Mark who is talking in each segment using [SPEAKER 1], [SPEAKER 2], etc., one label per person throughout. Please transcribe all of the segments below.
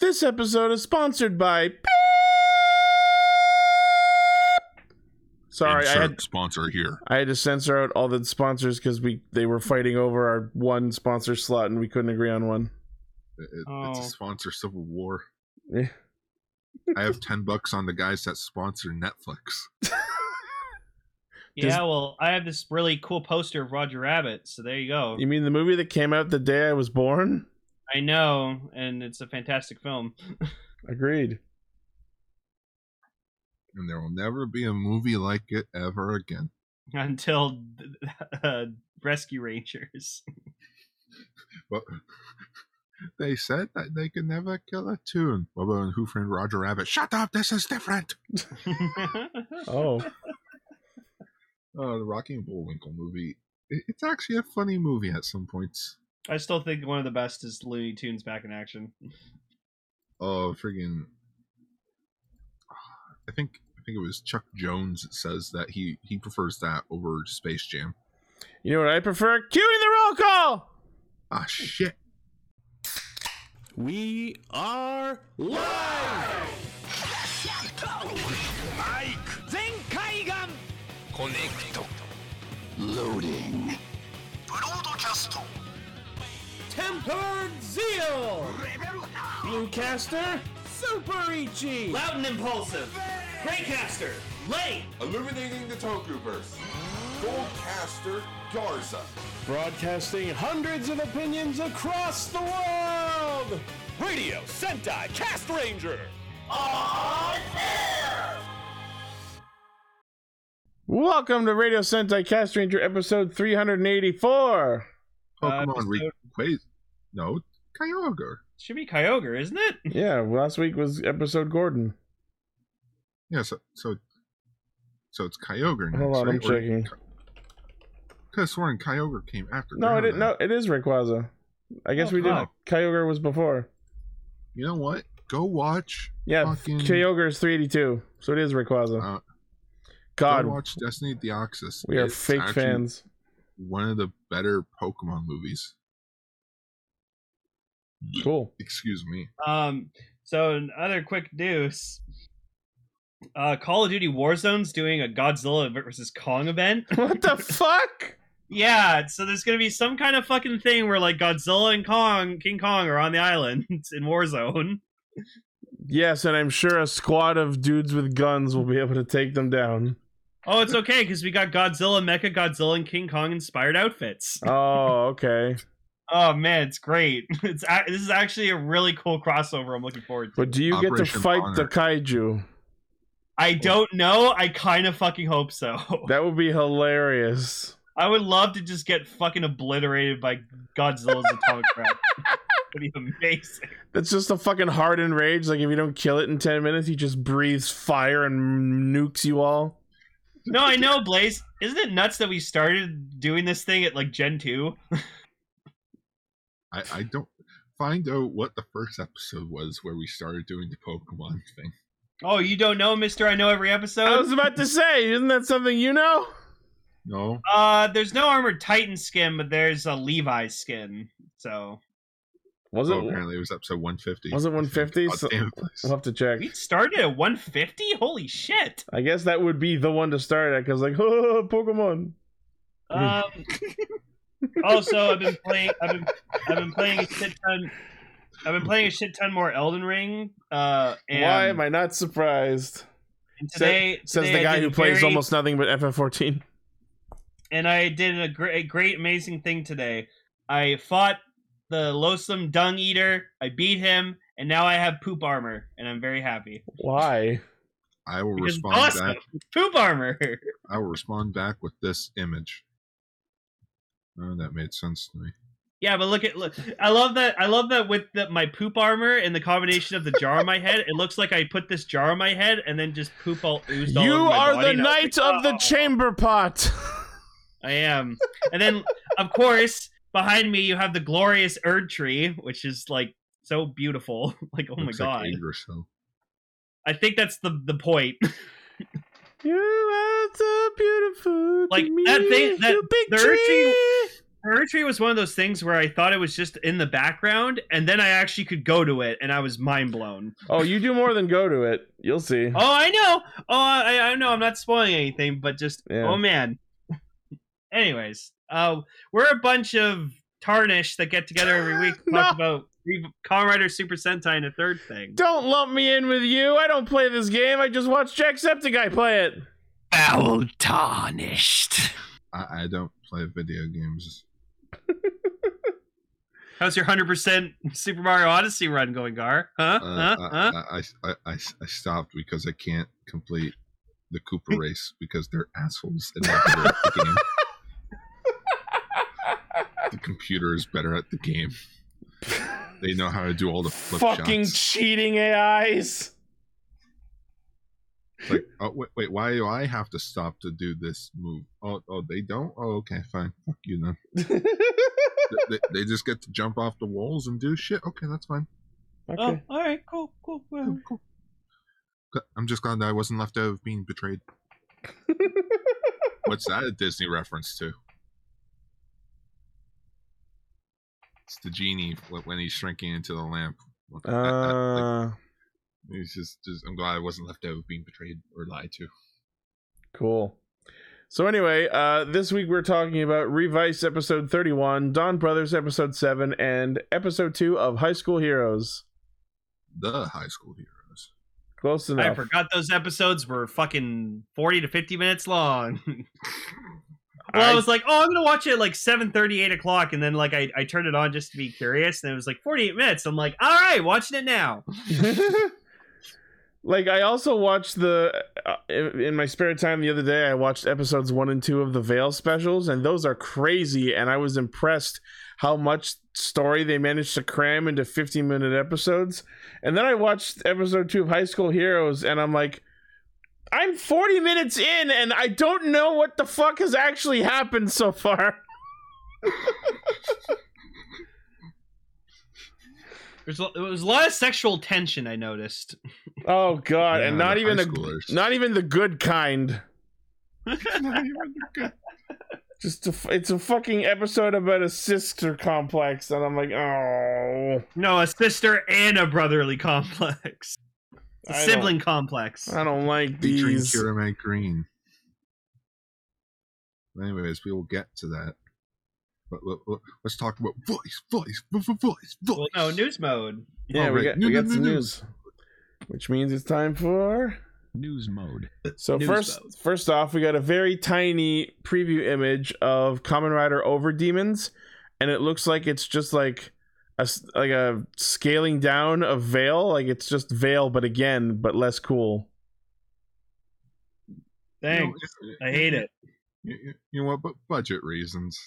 [SPEAKER 1] This episode is sponsored by. Sorry, I
[SPEAKER 2] Insert
[SPEAKER 1] had
[SPEAKER 2] sponsor here.
[SPEAKER 1] I had to censor out all the sponsors because we they were fighting over our one sponsor slot and we couldn't agree on one.
[SPEAKER 2] It- it- It's
[SPEAKER 3] Oh.
[SPEAKER 2] a sponsor civil war.
[SPEAKER 1] Yeah.
[SPEAKER 2] I have ten bucks on the guys that sponsor Netflix.
[SPEAKER 1] Does-
[SPEAKER 3] Yeah, well, I have this really cool poster of Roger Rabbit, so there you go.
[SPEAKER 1] You mean the movie that came out the day I was born?
[SPEAKER 3] I know, and it's a fantastic film.
[SPEAKER 1] Agreed.
[SPEAKER 2] And there will never be a movie like it ever again.
[SPEAKER 3] Until uh, Rescue Rangers.
[SPEAKER 2] But they said that they could never kill a tune. What about Who Framed Roger Rabbit? Shut up! This is different.
[SPEAKER 1] Oh,
[SPEAKER 2] Oh, the Rocky and Bullwinkle movie. It- It's actually a funny movie at some points.
[SPEAKER 3] I still think one of the best is Looney Tunes back in action.
[SPEAKER 2] Oh, friggin' I think I think it was Chuck Jones that says that he he prefers that over Space Jam.
[SPEAKER 1] you know what I prefer? Cueing the roll call.
[SPEAKER 2] Ah, shit.
[SPEAKER 4] We are live!
[SPEAKER 5] マイク全海岸コネクトローディングブロードキャスト
[SPEAKER 4] Tempered Zeal!
[SPEAKER 5] レベル
[SPEAKER 4] Bluecaster! Super Ichi!
[SPEAKER 6] Loud and impulsive. Greycaster. Late.
[SPEAKER 7] Illuminating the Tokuverse. Goldcaster Garza.
[SPEAKER 4] Broadcasting hundreds of opinions across the world!
[SPEAKER 5] Radio Sentai Cast Ranger
[SPEAKER 1] Welcome to Radio Sentai Cast Ranger episode 384. Oh, Uh,
[SPEAKER 2] Pokemon Oh, Re-
[SPEAKER 3] episode-
[SPEAKER 2] wait, no, Kyogre.
[SPEAKER 3] Should be Kyogre, isn't it?
[SPEAKER 1] Yeah, last week was episode Gordon.
[SPEAKER 2] Yeah, so so so it's Kyogre. Next,
[SPEAKER 1] Hold on, I'm
[SPEAKER 2] right? Or-
[SPEAKER 1] checking.
[SPEAKER 2] Could have sworn Kyogre came after.
[SPEAKER 1] No, it is,
[SPEAKER 2] Groudon.
[SPEAKER 1] no, it is Rayquaza. I guess
[SPEAKER 3] Oh,
[SPEAKER 1] we did.
[SPEAKER 3] fuck.
[SPEAKER 1] Kyogre was before.
[SPEAKER 2] You know what? Go watch.
[SPEAKER 1] Yeah,
[SPEAKER 2] Fucking-
[SPEAKER 1] Kyogre is 382, so it is Rayquaza.
[SPEAKER 2] Uh,
[SPEAKER 1] God,
[SPEAKER 2] Go watch Destiny of the Oxus.
[SPEAKER 1] we are
[SPEAKER 2] It's
[SPEAKER 1] fake
[SPEAKER 2] actually
[SPEAKER 1] fans.
[SPEAKER 2] One of the better Pokemon movies.
[SPEAKER 1] Cool.
[SPEAKER 2] Excuse me.
[SPEAKER 3] Um, so another quick news. Uh, Call of Duty Warzone's doing a Godzilla versus Kong event.
[SPEAKER 1] What the fuck?
[SPEAKER 3] yeah, so there's gonna be some kind of fucking thing where like Godzilla and Kong, King Kong, are on the island in Warzone.
[SPEAKER 1] Yes, and I'm sure a squad of dudes with guns will be able to take them down.
[SPEAKER 3] Oh, it's okay because we got Godzilla, Mecha Godzilla, and King Kong inspired outfits.
[SPEAKER 1] Oh, okay.
[SPEAKER 3] Oh man, it's great. It's a- this is actually a really cool crossover. I'm looking forward to.
[SPEAKER 1] But do you get to
[SPEAKER 2] Operation
[SPEAKER 1] fight the
[SPEAKER 2] Honor.
[SPEAKER 1] kaiju?
[SPEAKER 3] I don't know. I kind of fucking hope so.
[SPEAKER 1] That would be hilarious.
[SPEAKER 3] I would love to just get fucking obliterated by Godzilla's atomic breath. That'd be amazing.
[SPEAKER 1] That's just a fucking hardened rage. Like if you don't kill it in ten minutes, he just breathes fire and nukes you all.
[SPEAKER 3] No, I know, Blaze. Isn't it nuts that we started doing this thing at like Gen 2?
[SPEAKER 2] I I don't find out what the first episode was where we started doing the Pokemon thing.
[SPEAKER 3] Oh, you don't know, mister? I know every
[SPEAKER 1] I
[SPEAKER 3] episode.
[SPEAKER 1] was about to say, isn't that something you know?
[SPEAKER 2] No,
[SPEAKER 3] Uh, there's no armored Titan skin, but there's a Levi skin. So
[SPEAKER 1] Was
[SPEAKER 2] oh,
[SPEAKER 1] it?
[SPEAKER 2] apparently it was episode 150.
[SPEAKER 1] Was it 150?
[SPEAKER 2] God
[SPEAKER 1] So-
[SPEAKER 2] damn, please.
[SPEAKER 1] We'll have to check.
[SPEAKER 3] we started at 150. Holy shit!
[SPEAKER 1] I guess that would be the one to start at because, like, oh, Pokemon.
[SPEAKER 3] Um. also, I've been playing. I've been. I've been playing a shit ton. I've been playing a shit ton more Elden Ring. Uh, and
[SPEAKER 1] Why am I not surprised?
[SPEAKER 3] and today
[SPEAKER 1] Says
[SPEAKER 3] today
[SPEAKER 1] the
[SPEAKER 3] I
[SPEAKER 1] guy
[SPEAKER 3] did
[SPEAKER 1] who
[SPEAKER 3] a
[SPEAKER 1] plays
[SPEAKER 3] very-
[SPEAKER 1] almost nothing but FF14.
[SPEAKER 3] And I did a great, a great, amazing thing today. I fought the loathsome dung eater. I beat him, and now I have poop armor, and I'm very happy.
[SPEAKER 1] Why?
[SPEAKER 2] I will
[SPEAKER 3] Because
[SPEAKER 2] respond
[SPEAKER 3] awesome.
[SPEAKER 2] back.
[SPEAKER 3] Poop armor.
[SPEAKER 2] I will respond back with this image. Oh, that made sense to me.
[SPEAKER 3] Yeah, but look at look. I love that. I love that with the, my poop armor and the combination of the jar on my head. It looks like I put this jar on my head and then just poop all oozed all
[SPEAKER 1] You
[SPEAKER 3] over my
[SPEAKER 1] are
[SPEAKER 3] body,
[SPEAKER 1] the
[SPEAKER 3] and I was
[SPEAKER 1] knight
[SPEAKER 3] like,
[SPEAKER 1] of the
[SPEAKER 3] "Oh."
[SPEAKER 1] chamber pot.
[SPEAKER 3] I am. And then, of course, behind me you have the glorious Erd tree, which is like so beautiful. Like, oh my
[SPEAKER 2] Looks
[SPEAKER 3] god!
[SPEAKER 2] Like eight or so.
[SPEAKER 3] I think that's the the point.
[SPEAKER 1] you are so beautiful.
[SPEAKER 3] Like,
[SPEAKER 1] to me,
[SPEAKER 3] that thing- that-
[SPEAKER 1] you big
[SPEAKER 3] the
[SPEAKER 1] tree.
[SPEAKER 3] urchin- Hereditary was one of those things where I thought it was just in the background, and then I actually could go to it, and I was mind blown.
[SPEAKER 1] Oh, you do more than go to it. You'll see.
[SPEAKER 3] Oh, I know. Oh, I, I know. I'm not spoiling anything, but just
[SPEAKER 1] Yeah.
[SPEAKER 3] oh man. Anyways, uh, we're a bunch of tarnish that get together every week to talk about re- Kamen Rider Super Sentai and a third thing.
[SPEAKER 1] Don't lump me in with you. I don't play this game. I just watch Jacksepticeye play it.
[SPEAKER 5] Foul tarnished.
[SPEAKER 2] I, I don't play video games.
[SPEAKER 3] How's your hundred percent Super Mario Odyssey run going, Gar? Huh?
[SPEAKER 2] Uh,
[SPEAKER 3] huh? huh?
[SPEAKER 2] I, I, I, I, I stopped because I can't complete the Cooper race because they're assholes and not better at the game. The computer is better at the game. They know how to do all the flip
[SPEAKER 1] Fucking
[SPEAKER 2] shots.
[SPEAKER 1] cheating AIs.
[SPEAKER 2] like, oh wait, wait, why do I have to stop to do this move? Oh, oh, they don't. Oh, okay, fine. Fuck you then. they, they just get to jump off the walls and do shit. Okay, that's fine.
[SPEAKER 1] Okay.
[SPEAKER 3] Oh, all right, cool, cool. cool.
[SPEAKER 2] I'm just glad that I wasn't left out of being betrayed. What's that a Disney reference to? It's the genie wh- when he's shrinking into the lamp. Look, that- that- like,
[SPEAKER 1] Uh,
[SPEAKER 2] he's just, just, I'm glad I wasn't left out of being betrayed or lied to.
[SPEAKER 1] cool. So anyway, uh, this week we're talking about Revice episode 31, Don Brothers episode 7, and episode 2 of High School Heroes.
[SPEAKER 2] The high school heroes.
[SPEAKER 1] Close
[SPEAKER 3] I
[SPEAKER 1] enough.
[SPEAKER 3] forgot those episodes were fucking forty to fifty minutes long. well, I,
[SPEAKER 1] I-
[SPEAKER 3] was like, oh, I'm gonna watch it at like seven thirty, eight o'clock, and then like I, I turned it on just to be curious, and it was like forty eight minutes. I'm like, all right, watching it now.
[SPEAKER 1] like I also watched the uh, in in my spare time the other day. I watched episodes one and two of the Veil specials, and those are crazy. And I was impressed how much story they managed to cram into 15 minute episodes. And then I watched episode two of High School Heroes, and I'm like. I'm 40 minutes in and I don't know what the fuck has actually happened so far.
[SPEAKER 3] There's a- there was a lot of sexual tension I noticed.
[SPEAKER 1] Oh god, and
[SPEAKER 2] Yeah,
[SPEAKER 1] not
[SPEAKER 2] the
[SPEAKER 1] even
[SPEAKER 2] high
[SPEAKER 1] a
[SPEAKER 2] schoolers.
[SPEAKER 1] not even the good kind.
[SPEAKER 2] Not even the good-
[SPEAKER 1] just a, f- it's a fucking episode about a sister complex and i'm like oh
[SPEAKER 3] No, a sister and a brotherly complex, a
[SPEAKER 1] I don't- Uh,
[SPEAKER 3] sibling complex.
[SPEAKER 1] i don't like
[SPEAKER 2] featuring
[SPEAKER 1] these
[SPEAKER 2] Kira Mae Green. Anyways, we will get to that. But let- let- let's talk about voice, voice, vo- vo- voice, voice.
[SPEAKER 3] well, no news mode.
[SPEAKER 1] yeah we
[SPEAKER 2] Alright,
[SPEAKER 1] got,
[SPEAKER 2] new-
[SPEAKER 1] we got
[SPEAKER 2] new-
[SPEAKER 1] some
[SPEAKER 2] new-
[SPEAKER 1] news which means it's time for
[SPEAKER 5] News mode.
[SPEAKER 1] so
[SPEAKER 5] News
[SPEAKER 1] first
[SPEAKER 5] mode.
[SPEAKER 1] first off we got a very tiny preview image of common rider over demons and it looks like it's just like a s- like a scaling down of veil like it's just veil but again but less cool
[SPEAKER 2] You know,
[SPEAKER 3] Thanks.
[SPEAKER 2] it's-
[SPEAKER 3] I hate it.
[SPEAKER 2] You, you- you know what? But budget reasons.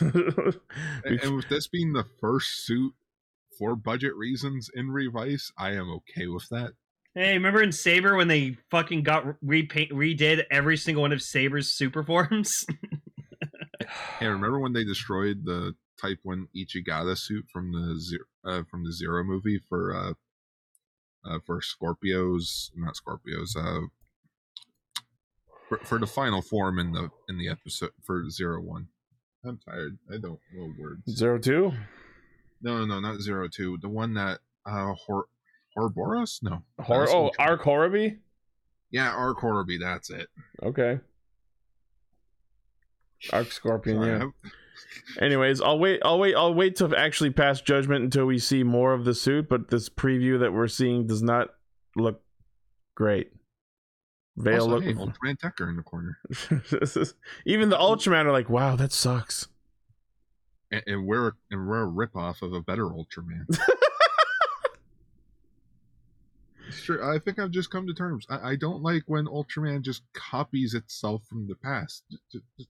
[SPEAKER 1] We
[SPEAKER 2] And, and with this being the first suit for budget reasons in Revice, I am okay with that.
[SPEAKER 3] Hey, remember in Saber when they fucking got repaint redid every single one of Saber's super forms?
[SPEAKER 2] Hey, remember when they destroyed the Type One Ichigata suit from the zero uh, from the Zero movie for uh, uh for Scorpios, not Scorpios, uh, for, for the final form in the in the episode for Zero One. I'm tired. I don't know words.
[SPEAKER 1] zero two
[SPEAKER 2] No, no, not Zero Two. The one that uh Hor Horboros? No.
[SPEAKER 1] Hor-
[SPEAKER 2] That's
[SPEAKER 1] oh
[SPEAKER 2] Ultra-
[SPEAKER 1] arc horribee
[SPEAKER 2] Yeah, our Corby. That's it.
[SPEAKER 1] Okay. Arc Scorpion,
[SPEAKER 2] Sorry,
[SPEAKER 1] yeah.
[SPEAKER 2] I-
[SPEAKER 1] Anyways, I'll wait. I'll wait. I'll wait to actually pass judgment until we see more of the suit. But this preview that we're seeing does not look great. Veil
[SPEAKER 2] also,
[SPEAKER 1] look.
[SPEAKER 2] hey, Ultraman Decker in the corner.
[SPEAKER 1] This is- Even the Ultraman are like, wow, that sucks.
[SPEAKER 2] and, and we're and we're a ripoff of a better Ultraman. it's true. I think I've just come to terms. I, I don't like when Ultraman just copies itself from the past. J- j- j-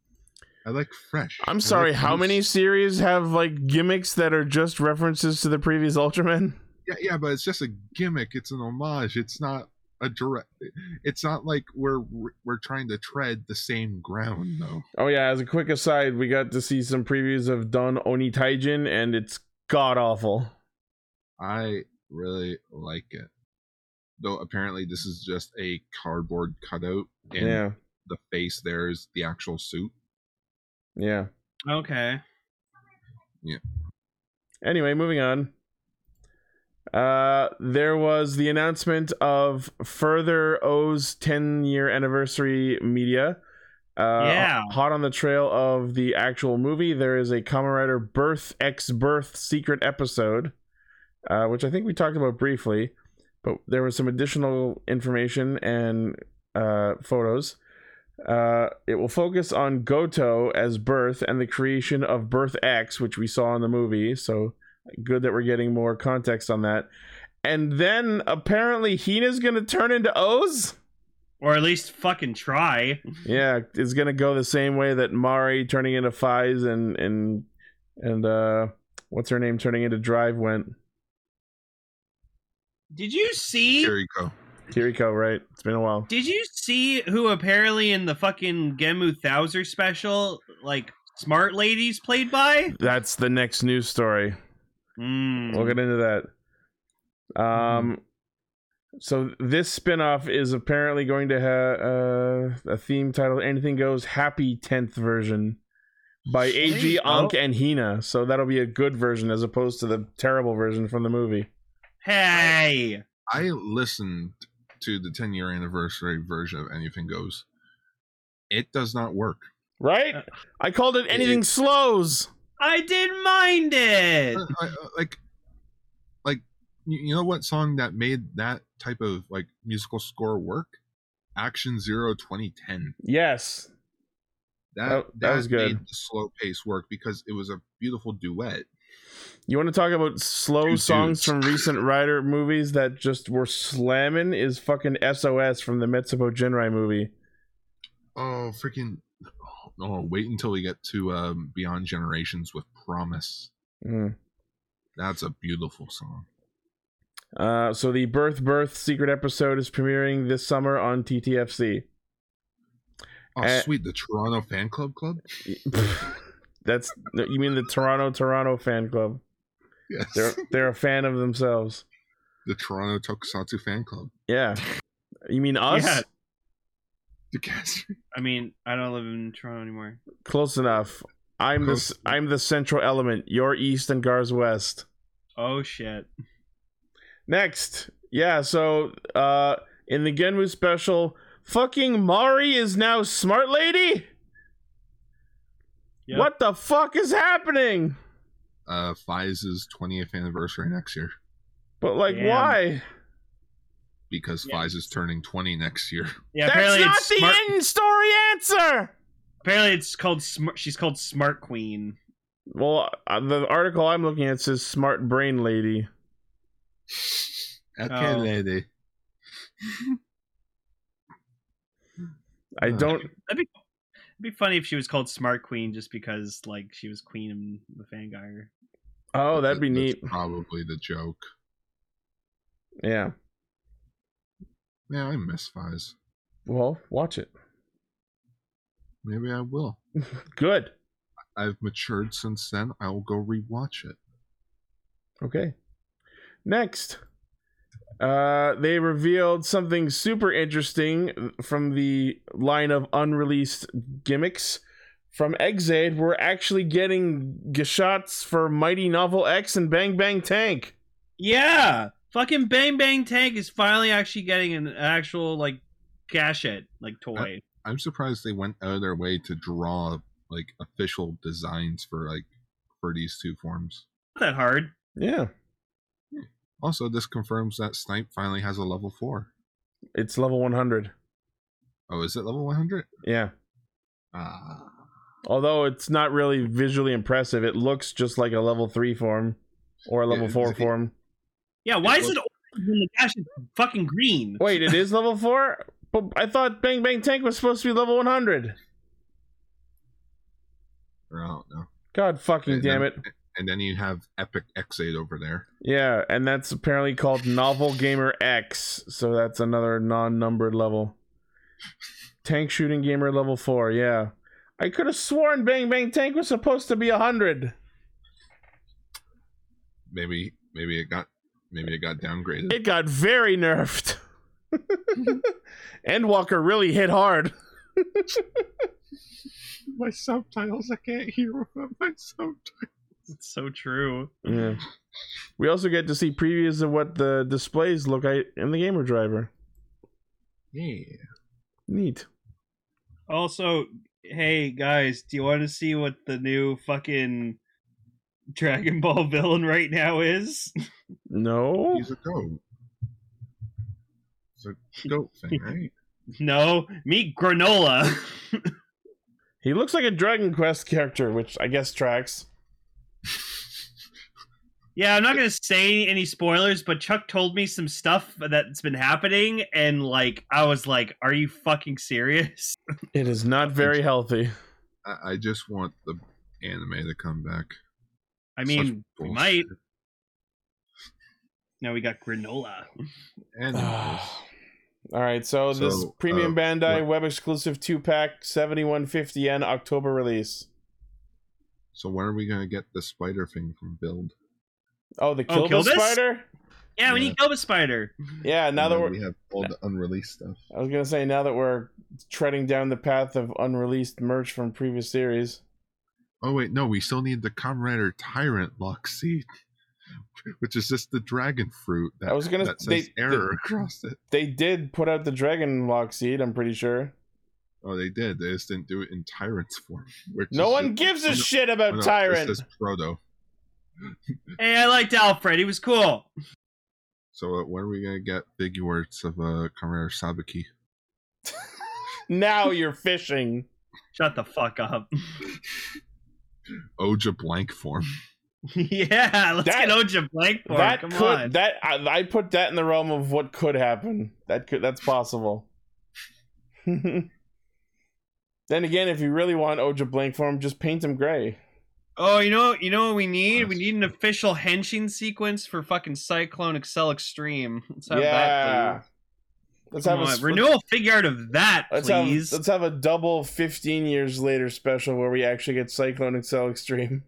[SPEAKER 2] I like fresh. I
[SPEAKER 1] I'm
[SPEAKER 2] like
[SPEAKER 1] sorry. how
[SPEAKER 2] loose.
[SPEAKER 1] many series have like gimmicks that are just references to the previous Ultraman?
[SPEAKER 2] Yeah, yeah, but it's just a gimmick. It's an homage. It's not a direct. It's not like we're we're trying to tread the same ground though.
[SPEAKER 1] Oh yeah. As a quick aside, we got to see some previews of Don Oni Taijin, and it's god awful.
[SPEAKER 2] I really like it. Though apparently this is just a cardboard cutout and
[SPEAKER 1] Yeah.
[SPEAKER 2] the face there is the actual suit.
[SPEAKER 1] Yeah.
[SPEAKER 3] okay.
[SPEAKER 2] Yeah.
[SPEAKER 1] Anyway, moving on. Uh, there was the announcement of further O's 10 year anniversary media. Uh,
[SPEAKER 3] Yeah.
[SPEAKER 1] Hot on the trail of the actual movie, there is a Kamen Rider Birth X Birth secret episode, uh, which I think we talked about briefly, but there was some additional information and uh, photos. Uh, it will focus on Goto as Birth and the creation of Birth X, which we saw in the movie. So good that we're getting more context on that. And then apparently Hina's gonna turn into O's.
[SPEAKER 3] Or at least fucking try.
[SPEAKER 1] Yeah, it's gonna go the same way that Mari turning into Fize and and and uh, what's her name turning into Drive went.
[SPEAKER 3] Did you see?
[SPEAKER 2] Here you go.
[SPEAKER 1] Kiriko, right? It's been a while.
[SPEAKER 3] Did you see who apparently in the fucking Gemu Thouser special, like smart ladies played by?
[SPEAKER 1] That's the next news story.
[SPEAKER 3] Mm.
[SPEAKER 1] We'll get into that. Um, so this spin-off is apparently going to have uh, a theme titled "Anything Goes Happy 10th Version" by AG
[SPEAKER 3] Sweet.
[SPEAKER 1] Ankh and Hina. So that'll be a good version as opposed to the terrible version from the movie.
[SPEAKER 3] Hey,
[SPEAKER 2] I listened to the 10 year anniversary version of Anything Goes. It does not work.
[SPEAKER 1] Right? I called it "Anything Slows."
[SPEAKER 3] I didn't mind it.
[SPEAKER 2] Uh, I- I- like, like you you know what song that made that type of like musical score work? Action Zero 2010.
[SPEAKER 1] Yes,
[SPEAKER 2] That
[SPEAKER 1] That- that was good.
[SPEAKER 2] Made the slow pace work because it was a beautiful duet.
[SPEAKER 1] you want to talk about slow
[SPEAKER 2] Two
[SPEAKER 1] songs
[SPEAKER 2] dudes.
[SPEAKER 1] from recent Rider movies that just were slamming? Is fucking "SOS" from the Metsubo Jinrai movie.
[SPEAKER 2] Oh freaking! Oh, wait until we get to um, Beyond Generations with Promise.
[SPEAKER 1] Mm.
[SPEAKER 2] That's a beautiful song.
[SPEAKER 1] Uh, so the birth birth secret episode is premiering this summer on TTFC.
[SPEAKER 2] Oh
[SPEAKER 1] Uh,
[SPEAKER 2] sweet, the Toronto Fan Club Club.
[SPEAKER 1] That's you mean the Toronto Toronto fan club?
[SPEAKER 2] Yes,
[SPEAKER 1] They're they're a fan of themselves.
[SPEAKER 2] the Toronto Tokusatsu Fan Club.
[SPEAKER 1] Yeah. You mean us?
[SPEAKER 3] Yeah.
[SPEAKER 2] The cast.
[SPEAKER 3] I mean, I don't live in Toronto anymore.
[SPEAKER 1] Close enough. I'm the s- I'm the central element. You're east and Gar's west.
[SPEAKER 3] Oh shit.
[SPEAKER 1] Next, yeah. So uh, in the Genmu special, fucking Mari is now smart lady.
[SPEAKER 3] Yep.
[SPEAKER 1] What the fuck is happening?
[SPEAKER 2] Uh, Fize's 20th anniversary next year
[SPEAKER 1] But like,
[SPEAKER 3] Damn.
[SPEAKER 1] why?
[SPEAKER 2] because
[SPEAKER 3] Yeah.
[SPEAKER 2] Fize is turning 20 next year.
[SPEAKER 3] Yeah, apparently it's smart.
[SPEAKER 1] end story answer.
[SPEAKER 3] Apparently it's called smart. She's called Smart Queen.
[SPEAKER 1] Well, uh, the article I'm looking at says "smart brain lady."
[SPEAKER 2] Okay,
[SPEAKER 3] Oh.
[SPEAKER 2] lady.
[SPEAKER 1] I
[SPEAKER 3] Ah,
[SPEAKER 2] Uh,
[SPEAKER 1] don't.
[SPEAKER 3] It'd be funny if she was called Smart Queen just because like she was queen in the Fangire.
[SPEAKER 1] Oh, that'd
[SPEAKER 2] That-
[SPEAKER 1] be
[SPEAKER 2] that's
[SPEAKER 1] neat.
[SPEAKER 2] Probably the joke.
[SPEAKER 1] Yeah.
[SPEAKER 2] Yeah, I miss Fize.
[SPEAKER 1] Well, watch it.
[SPEAKER 2] Maybe I will.
[SPEAKER 1] Good.
[SPEAKER 2] I've matured since then. I will go rewatch it.
[SPEAKER 1] Okay. Next, uh, they revealed something super interesting from the line of unreleased gimmicks from Exade. We're actually getting geshots for Mighty Novel X and Bang Bang Tank.
[SPEAKER 3] Yeah, fucking Bang Bang Tank is finally actually getting an actual like cachet like toy.
[SPEAKER 2] I'm surprised they went out of their way to draw like official designs for like for these two forms.
[SPEAKER 3] Not that hard.
[SPEAKER 1] Yeah,
[SPEAKER 2] Also, this confirms that Snipe finally has a level four.
[SPEAKER 1] it's level 100.
[SPEAKER 2] Oh, is it level 100?
[SPEAKER 1] Yeah.
[SPEAKER 2] Ah,
[SPEAKER 1] Although it's not really visually impressive, it looks just like a level three form or a level
[SPEAKER 2] Yeah,
[SPEAKER 1] four
[SPEAKER 2] it-
[SPEAKER 1] form.
[SPEAKER 3] Yeah, why
[SPEAKER 2] It
[SPEAKER 3] is it orange when the cachet is fucking green?
[SPEAKER 1] Wait, it is level four? But I thought Bang Bang Tank was supposed to be level 100.
[SPEAKER 2] or I don't know.
[SPEAKER 1] God fucking
[SPEAKER 2] And
[SPEAKER 1] damn it.
[SPEAKER 2] then- And then you have Epic X8 over there.
[SPEAKER 1] Yeah, and that's apparently called Novel Gamer X, so that's another non-numbered level. Tank Shooting Gamer level 4, yeah. I could have sworn Bang Bang Tank was supposed to be 100.
[SPEAKER 2] Maybe, maybe it got, maybe it got downgraded.
[SPEAKER 1] It got very nerfed. Endwalker really hit hard.
[SPEAKER 2] my subtitles, I can't hear without my subtitles.
[SPEAKER 3] It's so true.
[SPEAKER 1] Yeah. We also get to see previews of what the displays look like in the gamer driver.
[SPEAKER 2] Yeah.
[SPEAKER 1] Neat.
[SPEAKER 3] Also, hey guys, do you want to see what the new fucking Dragon Ball villain right now is?
[SPEAKER 1] No.
[SPEAKER 2] He's a goat. It's a goat thing, right?
[SPEAKER 3] No, meet Granola.
[SPEAKER 1] He looks like a Dragon Quest character, which I guess tracks.
[SPEAKER 3] yeah, I'm not gonna say any spoilers, but Chuck told me some stuff that's been happening, and like I was like, "Are you fucking serious?"
[SPEAKER 1] It is not very healthy.
[SPEAKER 2] I, I just want the anime to come back.
[SPEAKER 3] I mean,
[SPEAKER 2] Such
[SPEAKER 3] we
[SPEAKER 2] bullshit.
[SPEAKER 3] might. Now we got Granola.
[SPEAKER 2] Anyways,
[SPEAKER 1] All right, so, this
[SPEAKER 2] So,
[SPEAKER 1] premium
[SPEAKER 2] uh,
[SPEAKER 1] Bandai
[SPEAKER 2] what-
[SPEAKER 1] web exclusive two pack, seventy one fifty yen, October release.
[SPEAKER 2] so when are we gonna get the spider thing from Build?
[SPEAKER 1] Oh, the
[SPEAKER 3] Oh,
[SPEAKER 1] Kill,
[SPEAKER 3] Kill
[SPEAKER 1] the
[SPEAKER 3] This?
[SPEAKER 1] Spider.
[SPEAKER 3] Yeah, we
[SPEAKER 2] Yeah.
[SPEAKER 3] need Goba Spider.
[SPEAKER 1] Yeah, now
[SPEAKER 2] And
[SPEAKER 1] that
[SPEAKER 2] then
[SPEAKER 1] we're,
[SPEAKER 2] we have all the unreleased stuff.
[SPEAKER 1] I was gonna say now that we're treading down the path of unreleased merch from previous series.
[SPEAKER 2] Oh wait, no, we still need the Comrade or Tyrant lock seed, which is just the dragon fruit that,
[SPEAKER 1] I was gonna-
[SPEAKER 2] that says
[SPEAKER 1] they-
[SPEAKER 2] error
[SPEAKER 1] they-
[SPEAKER 2] across it.
[SPEAKER 1] They did put out the Dragon Lock seed. I'm pretty sure.
[SPEAKER 2] Oh, they did. They just didn't do it in Tyrant's form. Which
[SPEAKER 1] No
[SPEAKER 2] is
[SPEAKER 1] one
[SPEAKER 2] just-
[SPEAKER 1] gives a
[SPEAKER 2] oh, no,
[SPEAKER 1] shit
[SPEAKER 2] oh,
[SPEAKER 1] about
[SPEAKER 2] no, it
[SPEAKER 1] Tyrant.
[SPEAKER 2] says Proto.
[SPEAKER 3] Hey, I liked Alfred. He was cool.
[SPEAKER 2] So uh, when are we gonna get figures of uh, Comrade or Sabaki?
[SPEAKER 1] Now you're fishing.
[SPEAKER 3] Shut the fuck up.
[SPEAKER 2] Oja blank form.
[SPEAKER 3] yeah, let's
[SPEAKER 1] That-
[SPEAKER 3] get Oja Blank for
[SPEAKER 1] that
[SPEAKER 3] it. Come
[SPEAKER 1] could
[SPEAKER 3] on.
[SPEAKER 1] that I, I put that in the realm of what could happen. That could that's possible. then again, if you really want Oja Blank form, just paint him gray.
[SPEAKER 3] oh, you know, you know what we need? we
[SPEAKER 2] That's
[SPEAKER 3] need an official henshin sequence for fucking Cyclone Excel Extreme. Let's have
[SPEAKER 1] yeah.
[SPEAKER 3] that.
[SPEAKER 1] Let's
[SPEAKER 3] Please. Come
[SPEAKER 1] have a
[SPEAKER 3] on,
[SPEAKER 1] sp-
[SPEAKER 3] renewal figure out of that,
[SPEAKER 1] Let's have,
[SPEAKER 3] please.
[SPEAKER 1] let's have a double 15 years later special where we actually get Cyclone Excel Extreme.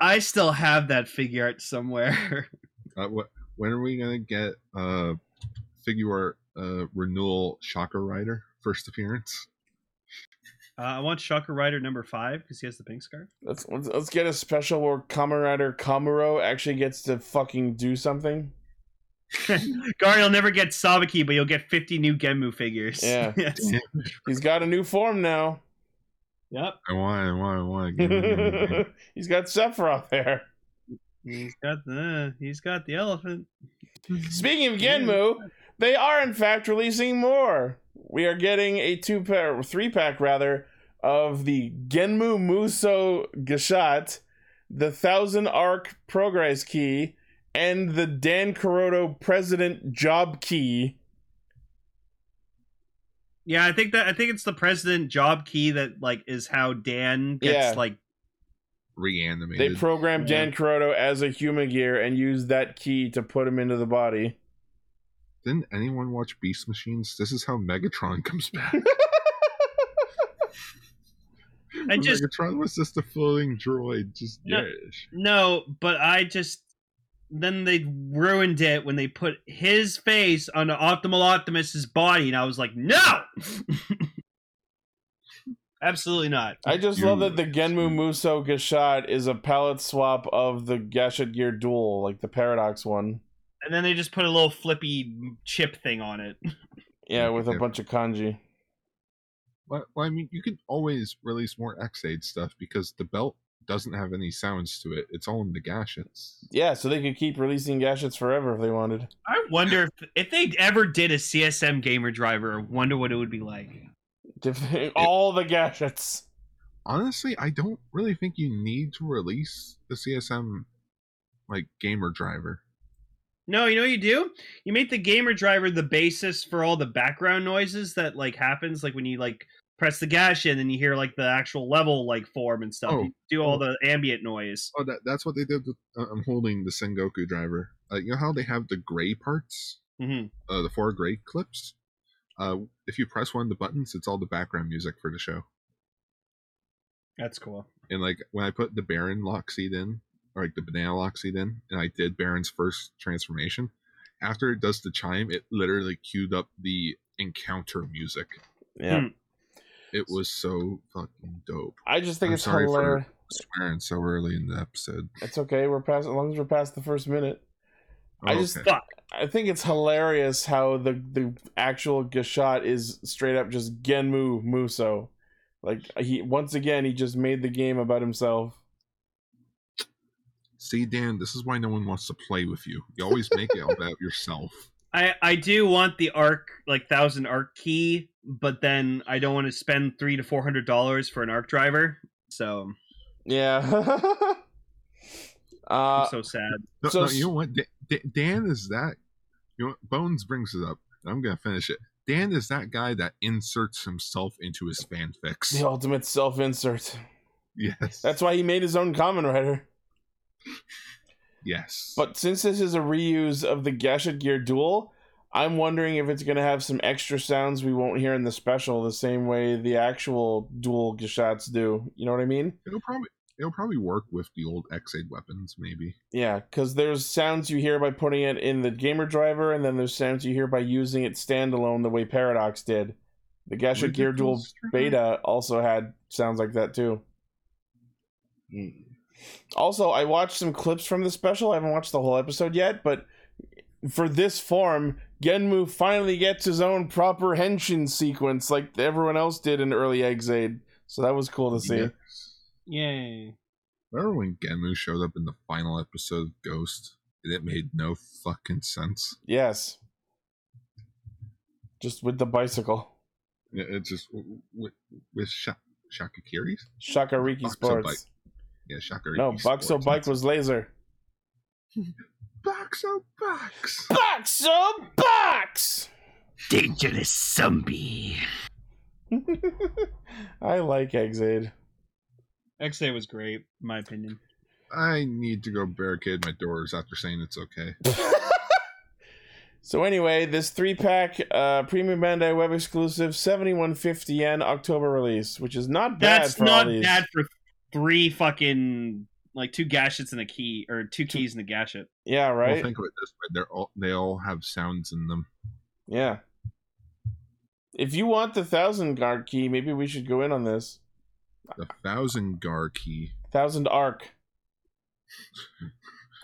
[SPEAKER 3] I still have that figure art somewhere.
[SPEAKER 2] Uh, what? When are we gonna get uh, figure uh, renewal Shocker Rider first appearance?
[SPEAKER 3] uh, I want Shocker Rider number five because he has the pink scarf.
[SPEAKER 1] Let's, let's let's get a special where Kamen Rider Kamuro actually gets to fucking do something.
[SPEAKER 3] Gar, you'll never get Sabaki, but you'll get 50 new Genmu figures.
[SPEAKER 1] Yeah.
[SPEAKER 3] Yes.
[SPEAKER 1] He's got a new form now.
[SPEAKER 3] Yep.
[SPEAKER 2] I want. I want. I want. Give me, give me, give me.
[SPEAKER 1] He's got Sephiroth there.
[SPEAKER 3] He's got the he's got the elephant.
[SPEAKER 1] Speaking of Genmu, they are in fact releasing more. We are getting a two pack, three pack rather, of the Genmu Muso Gashat, the Thousand Arc Progress Key, and the Dan Kuroto President Job Key.
[SPEAKER 3] Yeah, I think that I think it's the president job key that like is how Dan
[SPEAKER 1] Yeah.
[SPEAKER 3] gets like
[SPEAKER 1] They
[SPEAKER 2] Reanimated.
[SPEAKER 1] programmed Dan Kuroto as a human gear and used that key to put him into the body.
[SPEAKER 2] Didn't anyone watch Beast Machines? This is how Megatron comes back.
[SPEAKER 3] I just-
[SPEAKER 2] Megatron was just a floating droid. Just
[SPEAKER 3] No.
[SPEAKER 2] yes.
[SPEAKER 3] no, but I just then they ruined it when they put his face on Optimal Optimus's body, and I was like, no, absolutely not.
[SPEAKER 1] I just
[SPEAKER 2] You-
[SPEAKER 1] love that the Genmu Muso Gashat is a palette swap of the Gashat Gear Duel, like the Paradox one.
[SPEAKER 3] And then they just put a little flippy chip thing on it.
[SPEAKER 1] Yeah,
[SPEAKER 2] Yeah,
[SPEAKER 1] with a
[SPEAKER 2] yeah.
[SPEAKER 1] bunch of kanji.
[SPEAKER 2] Well, well, I mean, you can always release more X Aid stuff because the belt doesn't have any sounds to it. It's all in the gashets.
[SPEAKER 1] Yeah, so they could keep releasing gashets forever if they wanted.
[SPEAKER 3] I wonder if if they ever did a CSM gamer driver, I wonder what it would be like.
[SPEAKER 1] If they- all the gashets.
[SPEAKER 2] honestly, I don't really think you need to release the CSM like gamer driver.
[SPEAKER 3] No, you know what you do? You make the gamer driver the basis for all the background noises that like happens, like when you like press the gash in and you hear like the actual level like form and stuff.
[SPEAKER 2] Oh,
[SPEAKER 3] you do all the ambient noise.
[SPEAKER 2] Oh, that, that's what they did. With, uh, I'm holding the Sengoku driver. Uh, you know how they have the gray parts,
[SPEAKER 3] hmm
[SPEAKER 2] uh, the four gray clips. Uh, if you press one of the buttons, it's all the background music for the show.
[SPEAKER 3] That's cool.
[SPEAKER 2] And like when I put the Baron lock seed in, or like the banana lock seed in, and I did Baron's first transformation, after it does the chime, it literally queued up the encounter music.
[SPEAKER 1] Yeah.
[SPEAKER 3] Hmm.
[SPEAKER 2] It was so fucking dope.
[SPEAKER 1] I just think
[SPEAKER 2] I'm
[SPEAKER 1] it's
[SPEAKER 2] sorry for-
[SPEAKER 1] hilarious.
[SPEAKER 2] swearing so early in the episode.
[SPEAKER 1] It's okay. We're past as long as we're past the first minute. I
[SPEAKER 2] Oh,
[SPEAKER 1] just
[SPEAKER 2] okay.
[SPEAKER 1] thought I think it's hilarious how the the actual Gashat is straight up just Genmu Muso. Like he once again he just made the game about himself.
[SPEAKER 2] See, Dan, this is why no one wants to play with you. You always make it about yourself.
[SPEAKER 3] I I do want the arc like thousand arc key, but then I don't want to spend three to four hundred dollars for an arc driver. So
[SPEAKER 1] Yeah.
[SPEAKER 3] I'm
[SPEAKER 1] uh,
[SPEAKER 3] so sad.
[SPEAKER 2] No,
[SPEAKER 1] So
[SPEAKER 2] no,
[SPEAKER 1] s-
[SPEAKER 2] you know what? Da- Da- Dan is that. You know, what? Bones brings it up. and I'm gonna finish it. Dan is that guy that inserts himself into his fanfics.
[SPEAKER 1] the ultimate self insert.
[SPEAKER 2] Yes.
[SPEAKER 1] That's why he made his own common writer.
[SPEAKER 2] yes.
[SPEAKER 1] But since this is a reuse of the Gashat Gear duel, I'm wondering if it's going to have some extra sounds we won't hear in the special, the same way the actual dual Gashats do. You know what I mean?
[SPEAKER 2] it'll probably it'll probably work with the old X8 weapons, maybe.
[SPEAKER 1] Yeah, because there's sounds you hear by putting it in the gamer driver, and then there's sounds you hear by using it standalone, the way Paradox did. The Gasha
[SPEAKER 2] Would
[SPEAKER 1] Gear
[SPEAKER 2] it
[SPEAKER 1] Duel
[SPEAKER 2] constrain-
[SPEAKER 1] Beta also had sounds like that too. Also, I watched some clips from the special. I haven't watched the whole episode yet, but for this form, Genmu finally gets his own proper henshin sequence, like everyone else did in early Exade. So that was cool to see.
[SPEAKER 2] Yeah.
[SPEAKER 3] Yay.
[SPEAKER 2] Remember when Genmu showed up in the final episode of Ghost? And it made no fucking sense.
[SPEAKER 1] Yes, just with the bicycle.
[SPEAKER 2] It, it just with, with Sha- Shakakiri.
[SPEAKER 1] Shakariki
[SPEAKER 2] Buxo Bike.
[SPEAKER 1] Sports.
[SPEAKER 2] Yeah, Shakari.
[SPEAKER 1] No, Buxo Bike was laser.
[SPEAKER 2] Buxo Box.
[SPEAKER 1] Buxo Box!
[SPEAKER 5] Dangerous zombie.
[SPEAKER 1] I like Exade.
[SPEAKER 3] XA was great, in my opinion.
[SPEAKER 2] I need to go barricade my doors after saying it's okay.
[SPEAKER 1] So anyway, this three pack uh, premium Bandai web exclusive, seventy one fifty yen October release, which is not bad.
[SPEAKER 3] That's
[SPEAKER 1] for
[SPEAKER 3] not
[SPEAKER 1] all these.
[SPEAKER 3] bad for three fucking like two gashets and a key or two keys and a gashet.
[SPEAKER 1] Yeah,
[SPEAKER 2] Well,
[SPEAKER 1] right.
[SPEAKER 2] think of it this way: they're all they all have sounds in them.
[SPEAKER 1] yeah. If you want the thousand guard key, maybe we should go in on this
[SPEAKER 2] The thousand gar key.
[SPEAKER 1] thousand arc.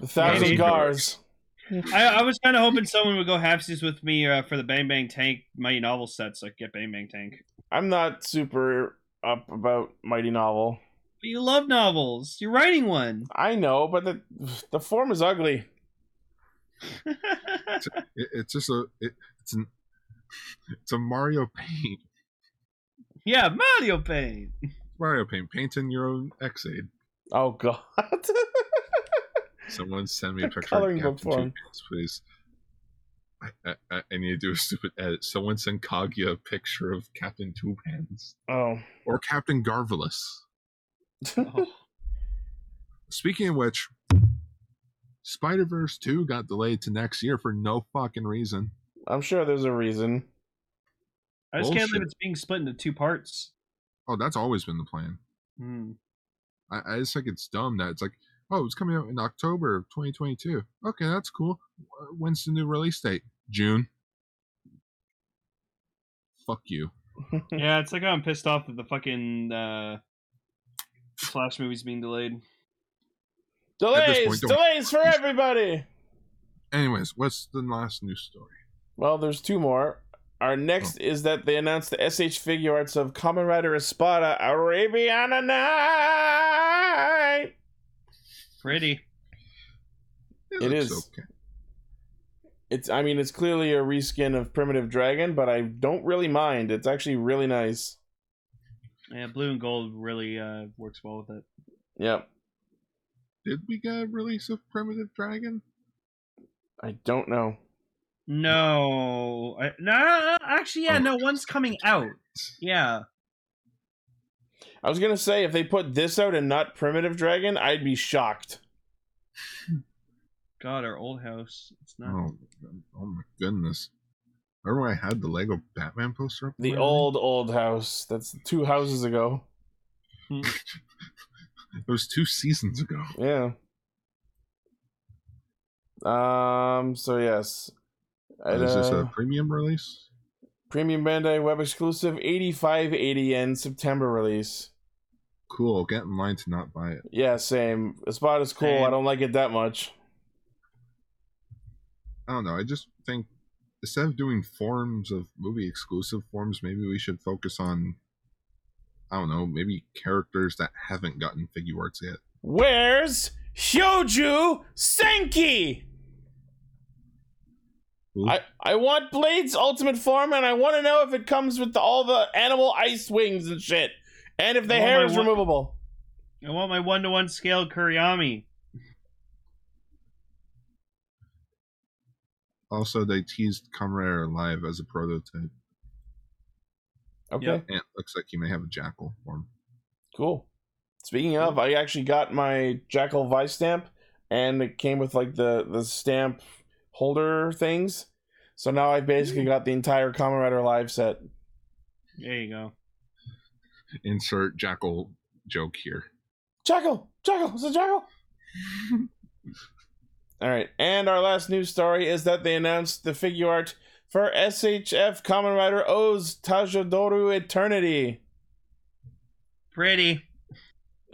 [SPEAKER 1] The thousand
[SPEAKER 3] Maybe.
[SPEAKER 1] gars.
[SPEAKER 3] I, I was kind of hoping someone would go halfsies with me uh, for the Bang Bang Tank Mighty Novel set, so I could get Bang Bang Tank.
[SPEAKER 1] I'm not super up about Mighty Novel.
[SPEAKER 3] But you love novels. You're writing one.
[SPEAKER 1] I know, but the the form is ugly.
[SPEAKER 2] It, it's just a it, it's an it's a Mario paint.
[SPEAKER 3] yeah, Mario Paint.
[SPEAKER 2] Mario paint. Painting your own X-Aid.
[SPEAKER 1] Oh god.
[SPEAKER 2] Someone send me
[SPEAKER 1] A
[SPEAKER 2] a picture of
[SPEAKER 1] coloring book
[SPEAKER 2] Captain Two
[SPEAKER 1] form.
[SPEAKER 2] Pants, please. I, I- I, I need to do a stupid edit. Someone send Kaguya a picture of Captain Two Pants
[SPEAKER 1] oh.
[SPEAKER 2] or Captain Garvelous. Speaking of which, Spider Verse 2 got delayed to next year for no fucking reason.
[SPEAKER 1] I'm sure there's a reason.
[SPEAKER 3] I just can't
[SPEAKER 2] Bullshit.
[SPEAKER 3] believe it's being split into two parts.
[SPEAKER 2] Oh, that's always been the plan.
[SPEAKER 3] Hmm.
[SPEAKER 2] I, I just think it's dumb that it's like, oh, it's coming out in October of 2022. Okay, that's cool. Wh- When's the new release date? June. Fuck you.
[SPEAKER 3] Yeah, it's like I'm pissed off that the fucking uh, Flash movie's being delayed.
[SPEAKER 1] Delays,
[SPEAKER 2] point, don't-
[SPEAKER 1] delays for everybody.
[SPEAKER 2] Anyways, what's the last news story?
[SPEAKER 1] Well, there's two more. Our next
[SPEAKER 2] Oh.
[SPEAKER 1] is that they announced the SH figure arts of Kamen Rider Espada Arabiana Night.
[SPEAKER 3] Pretty.
[SPEAKER 1] It
[SPEAKER 2] looks
[SPEAKER 1] is.
[SPEAKER 2] Okay.
[SPEAKER 1] It's I mean it's clearly a reskin of Primitive Dragon, but I don't really mind. It's actually really nice.
[SPEAKER 3] Yeah, blue and gold really uh, works well with it.
[SPEAKER 1] Yep.
[SPEAKER 2] Did we get a release of Primitive Dragon?
[SPEAKER 1] I don't know.
[SPEAKER 3] No, I, no, actually, yeah,
[SPEAKER 2] Oh.
[SPEAKER 3] no, one's coming out. Yeah,
[SPEAKER 1] I was gonna say if they put this out and not Primitive Dragon, I'd be shocked.
[SPEAKER 3] God, our old house. It's not.
[SPEAKER 2] Oh, oh my goodness. Remember when I had the Lego Batman poster up?
[SPEAKER 1] The
[SPEAKER 2] there?
[SPEAKER 1] old old house. That's two houses ago.
[SPEAKER 2] It was two seasons ago.
[SPEAKER 1] Yeah. Um. So yes, At,
[SPEAKER 2] is this
[SPEAKER 1] uh,
[SPEAKER 2] a premium release?
[SPEAKER 1] premium Bandai web exclusive, eighty five eighty yen September release.
[SPEAKER 2] cool. I'll Get in line to not buy it.
[SPEAKER 1] Yeah, same. The spot is cool. I
[SPEAKER 3] Same.
[SPEAKER 1] don't like it that much.
[SPEAKER 2] I don't know. I just think instead of doing forms of movie exclusive forms, maybe we should focus on I don't know, maybe characters that haven't gotten figure arts yet.
[SPEAKER 1] Where's Hyoju Senki?
[SPEAKER 2] Who?
[SPEAKER 1] I, I want Blade's ultimate form, and I want to know if it comes with the, all the animal ice wings and shit, and if the
[SPEAKER 3] Oh
[SPEAKER 1] hair
[SPEAKER 3] my
[SPEAKER 1] is
[SPEAKER 3] wo-
[SPEAKER 1] removable.
[SPEAKER 3] I want my one to one scale Kuriyami.
[SPEAKER 2] Also, they teased Comrade Alive as a prototype,
[SPEAKER 1] Okay,
[SPEAKER 3] Yep.
[SPEAKER 2] and it looks like you may have a jackal form.
[SPEAKER 1] cool. Speaking of, I actually got my Jackal Vice stamp, and it came with like the the stamp holder things. So now I
[SPEAKER 3] Mm.
[SPEAKER 1] basically got the entire Kamen Rider Live set.
[SPEAKER 3] There you go.
[SPEAKER 2] Insert jackal joke here.
[SPEAKER 1] Jackal! Jackal! Is it Jackal? All right. And our last news story is that they announced the figure art for SHF Kamen Rider O's Tajodoru Eternity.
[SPEAKER 3] Pretty.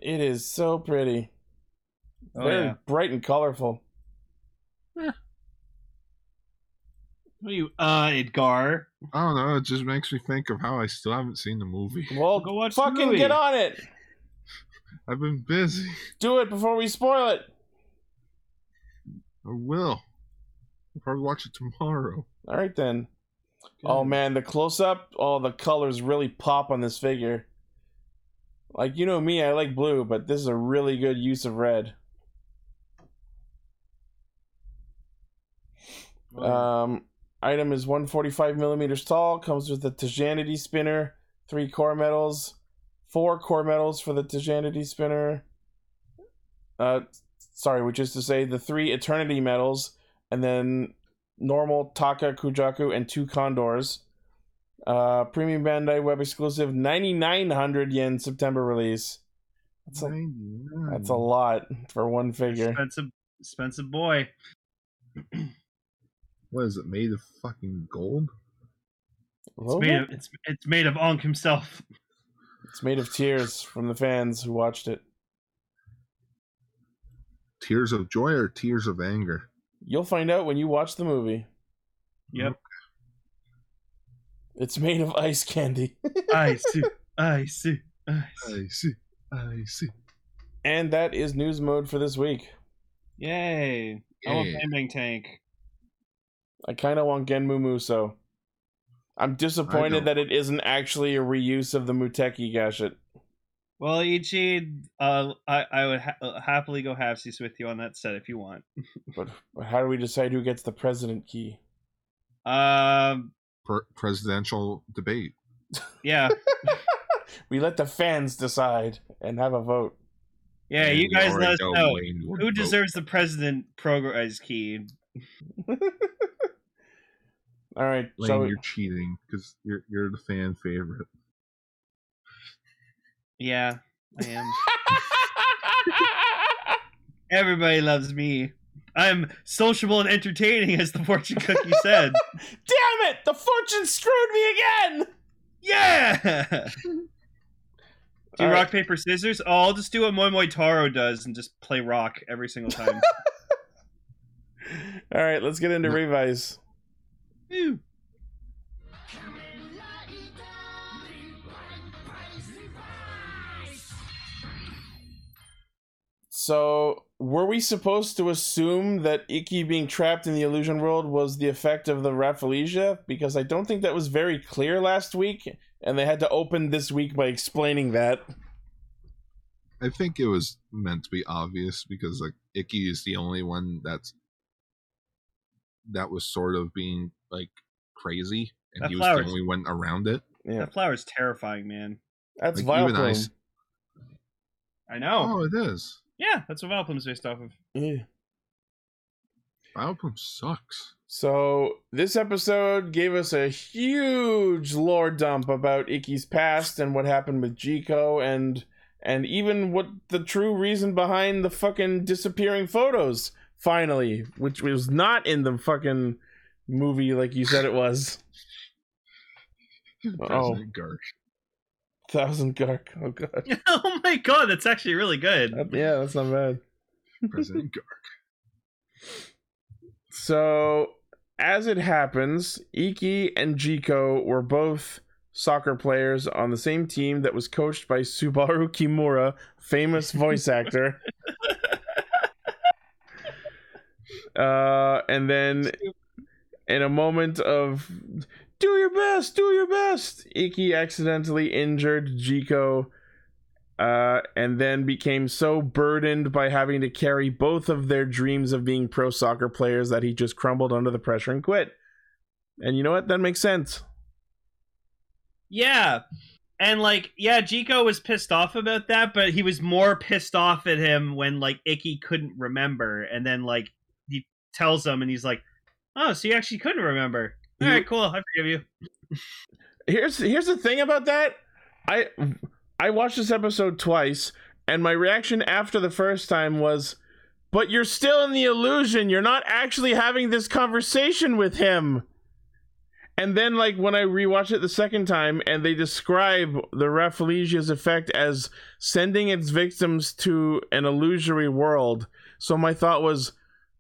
[SPEAKER 1] It is so pretty.
[SPEAKER 3] Oh,
[SPEAKER 1] Very
[SPEAKER 3] yeah.
[SPEAKER 1] bright and colorful.
[SPEAKER 3] What are you, uh, Edgar?
[SPEAKER 2] I don't know. It just makes me think of how I still haven't seen the movie.
[SPEAKER 1] Well,
[SPEAKER 3] Go watch the
[SPEAKER 1] fucking
[SPEAKER 3] movie.
[SPEAKER 1] get on it.
[SPEAKER 2] I've been busy.
[SPEAKER 1] Do it before we spoil it.
[SPEAKER 2] I will. I'll probably watch it tomorrow.
[SPEAKER 1] All right then. Oh man, the close up, all the colors really pop on this figure. Like you know me, I like blue, but this is a really good use of red. Um, item is 145 millimeters tall. Comes with a Tejanity spinner, three core metals, four core metals for the Tejanity spinner. Uh, sorry, which is to say the three Eternity medals, and then normal Taka Kujaku and two Condors. Uh, premium Bandai web exclusive, 9,900 yen September release. That's a, that's a
[SPEAKER 3] Hmm.
[SPEAKER 1] lot for one figure.
[SPEAKER 3] Expensive, expensive boy.
[SPEAKER 2] What is it made of? Fucking gold?
[SPEAKER 3] It's made of, it's, it's made of Ankh himself.
[SPEAKER 1] It's made of tears from the fans who watched it.
[SPEAKER 2] Tears of joy or tears of anger?
[SPEAKER 1] You'll find out when you watch the movie.
[SPEAKER 3] Yep.
[SPEAKER 1] It's made of ice candy.
[SPEAKER 3] I see. I see. I see.
[SPEAKER 2] I see. I see.
[SPEAKER 1] and that is news mode for this week.
[SPEAKER 3] Yay. I want
[SPEAKER 2] Yeah.
[SPEAKER 3] Bang Bang Tank.
[SPEAKER 1] I kind of want Genmu Muso. I'm
[SPEAKER 2] don't.
[SPEAKER 1] disappointed that it isn't actually a reuse of the Muteki gashet.
[SPEAKER 3] Well, Ichi, uh, I, I would ha- uh, happily go halfsies with you on that set if you want.
[SPEAKER 1] But, but how do we decide who gets the president key?
[SPEAKER 3] Um,
[SPEAKER 2] Pre- presidential debate.
[SPEAKER 3] yeah,
[SPEAKER 1] We let the fans decide and have a vote.
[SPEAKER 3] yeah. You
[SPEAKER 2] We
[SPEAKER 3] guys
[SPEAKER 2] already
[SPEAKER 3] let us know
[SPEAKER 2] Wayne would
[SPEAKER 3] who
[SPEAKER 2] vote.
[SPEAKER 3] deserves the president progress key.
[SPEAKER 1] All right.
[SPEAKER 2] Lane,
[SPEAKER 1] so
[SPEAKER 2] you're cheating because you're you're the fan favorite.
[SPEAKER 3] Yeah, I am. Everybody loves me. I'm sociable and entertaining, as the fortune cookie said.
[SPEAKER 1] damn it! The fortune screwed me again.
[SPEAKER 3] yeah. Do
[SPEAKER 1] All
[SPEAKER 3] rock
[SPEAKER 1] right.
[SPEAKER 3] paper scissors? Oh, I'll just do what Moi Moi Taro does and just play rock every single time.
[SPEAKER 1] All right. Let's get into revise.
[SPEAKER 3] Ew.
[SPEAKER 1] So, were we supposed to assume that Icky being trapped in the illusion world was the effect of the Raphaelia? Because I don't think that was very clear last week, and they had to open this week by explaining that.
[SPEAKER 2] I think it was meant to be obvious because like Icky is the only one that's that was sort of being like crazy, and
[SPEAKER 3] That
[SPEAKER 2] he was
[SPEAKER 3] flowers.
[SPEAKER 2] the only one around it.
[SPEAKER 1] Yeah,
[SPEAKER 3] That flower's terrifying, man.
[SPEAKER 1] that's
[SPEAKER 2] like,
[SPEAKER 1] like
[SPEAKER 2] even I s-
[SPEAKER 3] I know.
[SPEAKER 2] Oh, it is.
[SPEAKER 3] Yeah, that's what Valpum's based off of.
[SPEAKER 1] Yeah.
[SPEAKER 2] Album sucks.
[SPEAKER 1] So, this episode gave us a huge lore dump about Icky's past and what happened with Jiko and and even what the true reason behind the fucking disappearing photos finally, which was not in the fucking movie like you said it was.
[SPEAKER 2] President Garsh.
[SPEAKER 1] Thousand Gark. Oh god.
[SPEAKER 3] oh my god, that's actually really good.
[SPEAKER 1] That- yeah, that's not bad.
[SPEAKER 2] President Gark.
[SPEAKER 1] So, as it happens, Iki and Jiko were both soccer players on the same team that was coached by Subaru Kimura, famous voice actor. uh, and then, in a moment of do your best, do your best, Iki accidentally injured Jiko. Uh, and then became so burdened by having to carry both of their dreams of being pro soccer players that he just crumbled under the pressure and quit. And you know what? That makes sense.
[SPEAKER 3] Yeah. And like, yeah, Jiko was pissed off about that, but he was more pissed off at him when like Icky couldn't remember, and then like he tells him, and he's like, "Oh, so you actually couldn't remember? All
[SPEAKER 1] You-
[SPEAKER 3] right, cool, I forgive you."
[SPEAKER 1] Here's here's the thing about that. I I watched this episode twice, and my reaction after the first time was, "But you're still in the illusion. You're not actually having this conversation with him." And then, like when I rewatched it the second time, and they describe the Raphilesia's effect as sending its victims to an illusory world. So my thought was,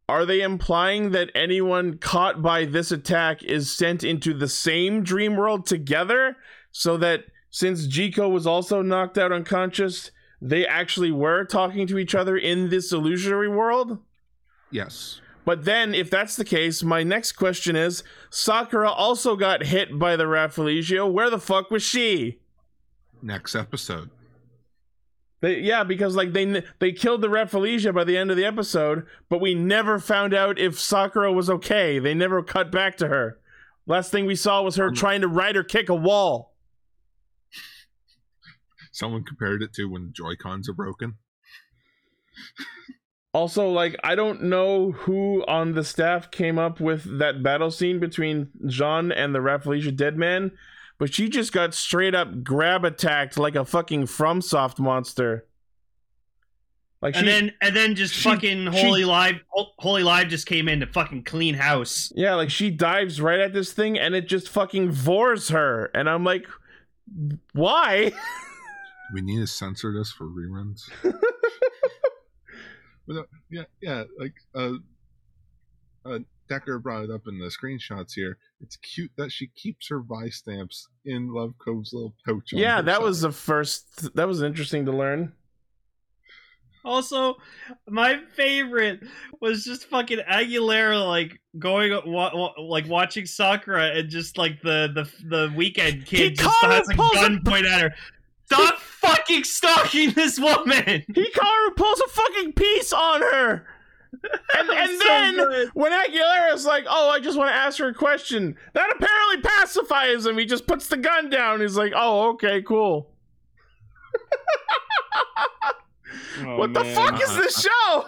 [SPEAKER 1] are they implying that anyone caught by this attack is sent into the same dream world together? So that since Jiko was also knocked out unconscious, they actually were talking to each other in this illusory world?
[SPEAKER 2] Yes.
[SPEAKER 1] But then, if that's the case, my next question is Sakura also got hit by the Raphaelegio. Where the fuck was she?
[SPEAKER 2] Next episode.
[SPEAKER 1] They, yeah, because like they they killed the Raphaelegio by the end of the episode, but we never found out if Sakura was okay. They never cut back to her. Last thing we saw was her trying to ride or kick a wall.
[SPEAKER 2] Someone compared it to when Joy Cons are broken.
[SPEAKER 1] Also, like I don't know who on the staff came up with that battle scene between Jean and the Raphaelia dead man, but she just got straight up grab attacked like a fucking FromSoft monster. Like she,
[SPEAKER 3] and then and then just
[SPEAKER 1] she-
[SPEAKER 3] fucking
[SPEAKER 1] she-
[SPEAKER 3] holy live, Hol- holy live just came in to fucking clean house.
[SPEAKER 1] yeah, like she dives right at this thing and it just fucking vores her, and I'm like, why?
[SPEAKER 2] We need to censor this for reruns. but, uh, yeah, yeah, like uh, uh, Decker brought it up in the screenshots here. It's cute that she keeps her buy stamps in Love Cove's little pouch. on
[SPEAKER 1] yeah,
[SPEAKER 2] her
[SPEAKER 1] that
[SPEAKER 2] side.
[SPEAKER 1] was the first. That was interesting to learn.
[SPEAKER 3] Also, my favorite was just fucking Aguilera like going wa- wa- like watching Sakura and just like the the the weekend kid
[SPEAKER 1] He
[SPEAKER 3] just
[SPEAKER 1] caught her,
[SPEAKER 3] has a
[SPEAKER 1] pulls
[SPEAKER 3] gun point at her. Stop fucking stalking this woman.
[SPEAKER 1] Hikaru pulls a fucking piece on her. And,
[SPEAKER 3] That was
[SPEAKER 1] and
[SPEAKER 3] so
[SPEAKER 1] then
[SPEAKER 3] good.
[SPEAKER 1] when Aguilera's like, oh, I just want to ask her a question, that apparently pacifies him. He just puts the gun down. He's like, oh, okay, cool.
[SPEAKER 3] Oh,
[SPEAKER 1] what the fuck is this show?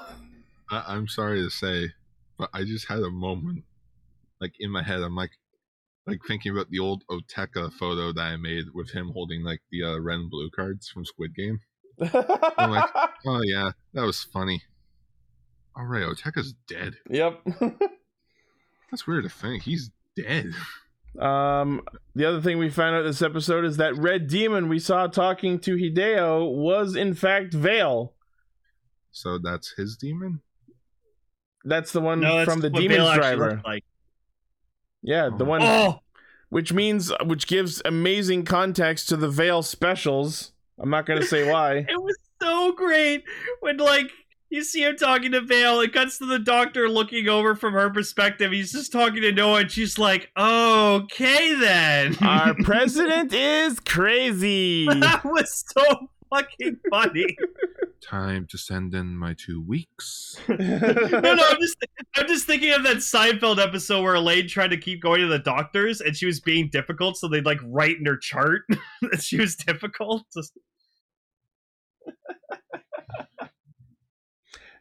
[SPEAKER 2] I- I'm sorry to say, but I just had a moment, like in my head, I'm like, like thinking about the old Oteka photo that I made with him holding like the uh, red and blue cards from Squid Game. like- Oh yeah, that was funny. All right, Oteka's dead.
[SPEAKER 1] yep.
[SPEAKER 2] That's weird to think. He's dead.
[SPEAKER 1] um, the other thing we found out this episode is that Red Demon we saw talking to Hideo was in fact Vale.
[SPEAKER 2] So that's his demon.
[SPEAKER 1] That's the one
[SPEAKER 3] No, that's
[SPEAKER 1] from the
[SPEAKER 3] what
[SPEAKER 1] Demon
[SPEAKER 3] Bale actually
[SPEAKER 1] Driver.
[SPEAKER 3] looked Like.
[SPEAKER 1] Yeah, the
[SPEAKER 2] Oh.
[SPEAKER 1] one.
[SPEAKER 3] Oh,
[SPEAKER 1] which means which gives amazing context to the veil specials i'm not gonna say why
[SPEAKER 3] It was so great when like you see him talking to Vale. It cuts to the doctor looking over from her perspective. He's just talking to Noah, and she's like, "Okay then."
[SPEAKER 1] our president is crazy
[SPEAKER 3] that was so fucking funny.
[SPEAKER 2] Time to send in my two weeks.
[SPEAKER 3] no, no, I'm just I'm just thinking of that Seinfeld episode where Elaine tried to keep going to the doctors, and she was being difficult, so they'd like write in her chart that she was difficult. Just-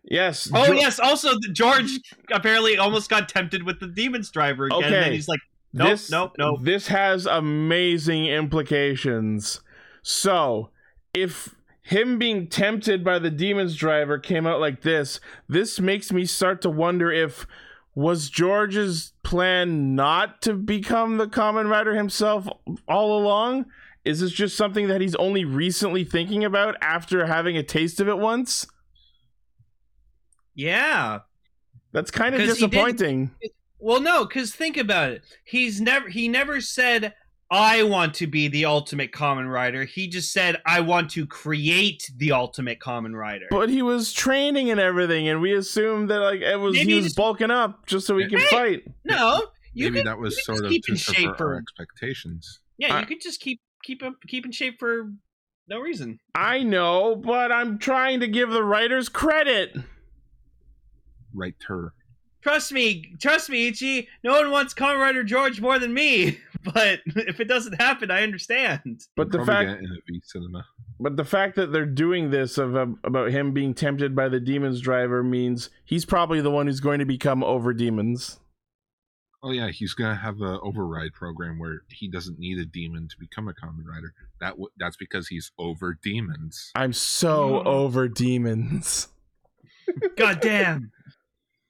[SPEAKER 1] yes
[SPEAKER 3] oh
[SPEAKER 1] Jo-
[SPEAKER 3] yes, also the- George apparently almost got tempted with the demons driver again, and
[SPEAKER 1] Okay.
[SPEAKER 3] then he's like. Nope,
[SPEAKER 1] this,
[SPEAKER 3] nope, nope.
[SPEAKER 1] This has amazing implications. So, if him being tempted by the demon's driver came out like this, this makes me start to wonder if was George's plan not to become the common rider himself all along Is this just something that he's only recently thinking about after having a taste of it once?
[SPEAKER 3] Yeah.
[SPEAKER 1] That's kind of
[SPEAKER 3] 'Cause he didn't-
[SPEAKER 1] disappointing.
[SPEAKER 3] Well, no, because think about it. He's never he never said I want to be the ultimate common rider. He just said I want to create the ultimate common rider.
[SPEAKER 1] But he was training and everything, and we assumed that like it was
[SPEAKER 3] Maybe
[SPEAKER 1] he
[SPEAKER 3] he
[SPEAKER 1] was
[SPEAKER 3] just-
[SPEAKER 1] bulking up just so he could
[SPEAKER 3] Hey!
[SPEAKER 1] fight.
[SPEAKER 3] no, you
[SPEAKER 2] Maybe
[SPEAKER 3] could
[SPEAKER 2] that was
[SPEAKER 3] you can
[SPEAKER 2] sort of
[SPEAKER 3] keep
[SPEAKER 2] to
[SPEAKER 3] in
[SPEAKER 2] subvert
[SPEAKER 3] shape
[SPEAKER 2] our
[SPEAKER 3] or-
[SPEAKER 2] expectations.
[SPEAKER 3] yeah,
[SPEAKER 1] I-
[SPEAKER 3] you could just keep keep up keep in shape for no reason.
[SPEAKER 1] I know, but I'm trying to give the writers credit.
[SPEAKER 2] Right, her.
[SPEAKER 3] Trust me, trust me, Ichi. No one wants common rider George more than me. But if it doesn't happen, I understand.
[SPEAKER 1] But the
[SPEAKER 2] Probably
[SPEAKER 1] fact
[SPEAKER 2] get it in a V cinema.
[SPEAKER 1] But the fact that they're doing this of um, about him being tempted by the demons driver means he's probably the one who's going to become over demons.
[SPEAKER 2] Oh yeah, he's gonna have a override program where he doesn't need a demon to become a common rider. That w- that's because he's over demons.
[SPEAKER 1] I'm so
[SPEAKER 3] Mm.
[SPEAKER 1] over demons.
[SPEAKER 3] God damn.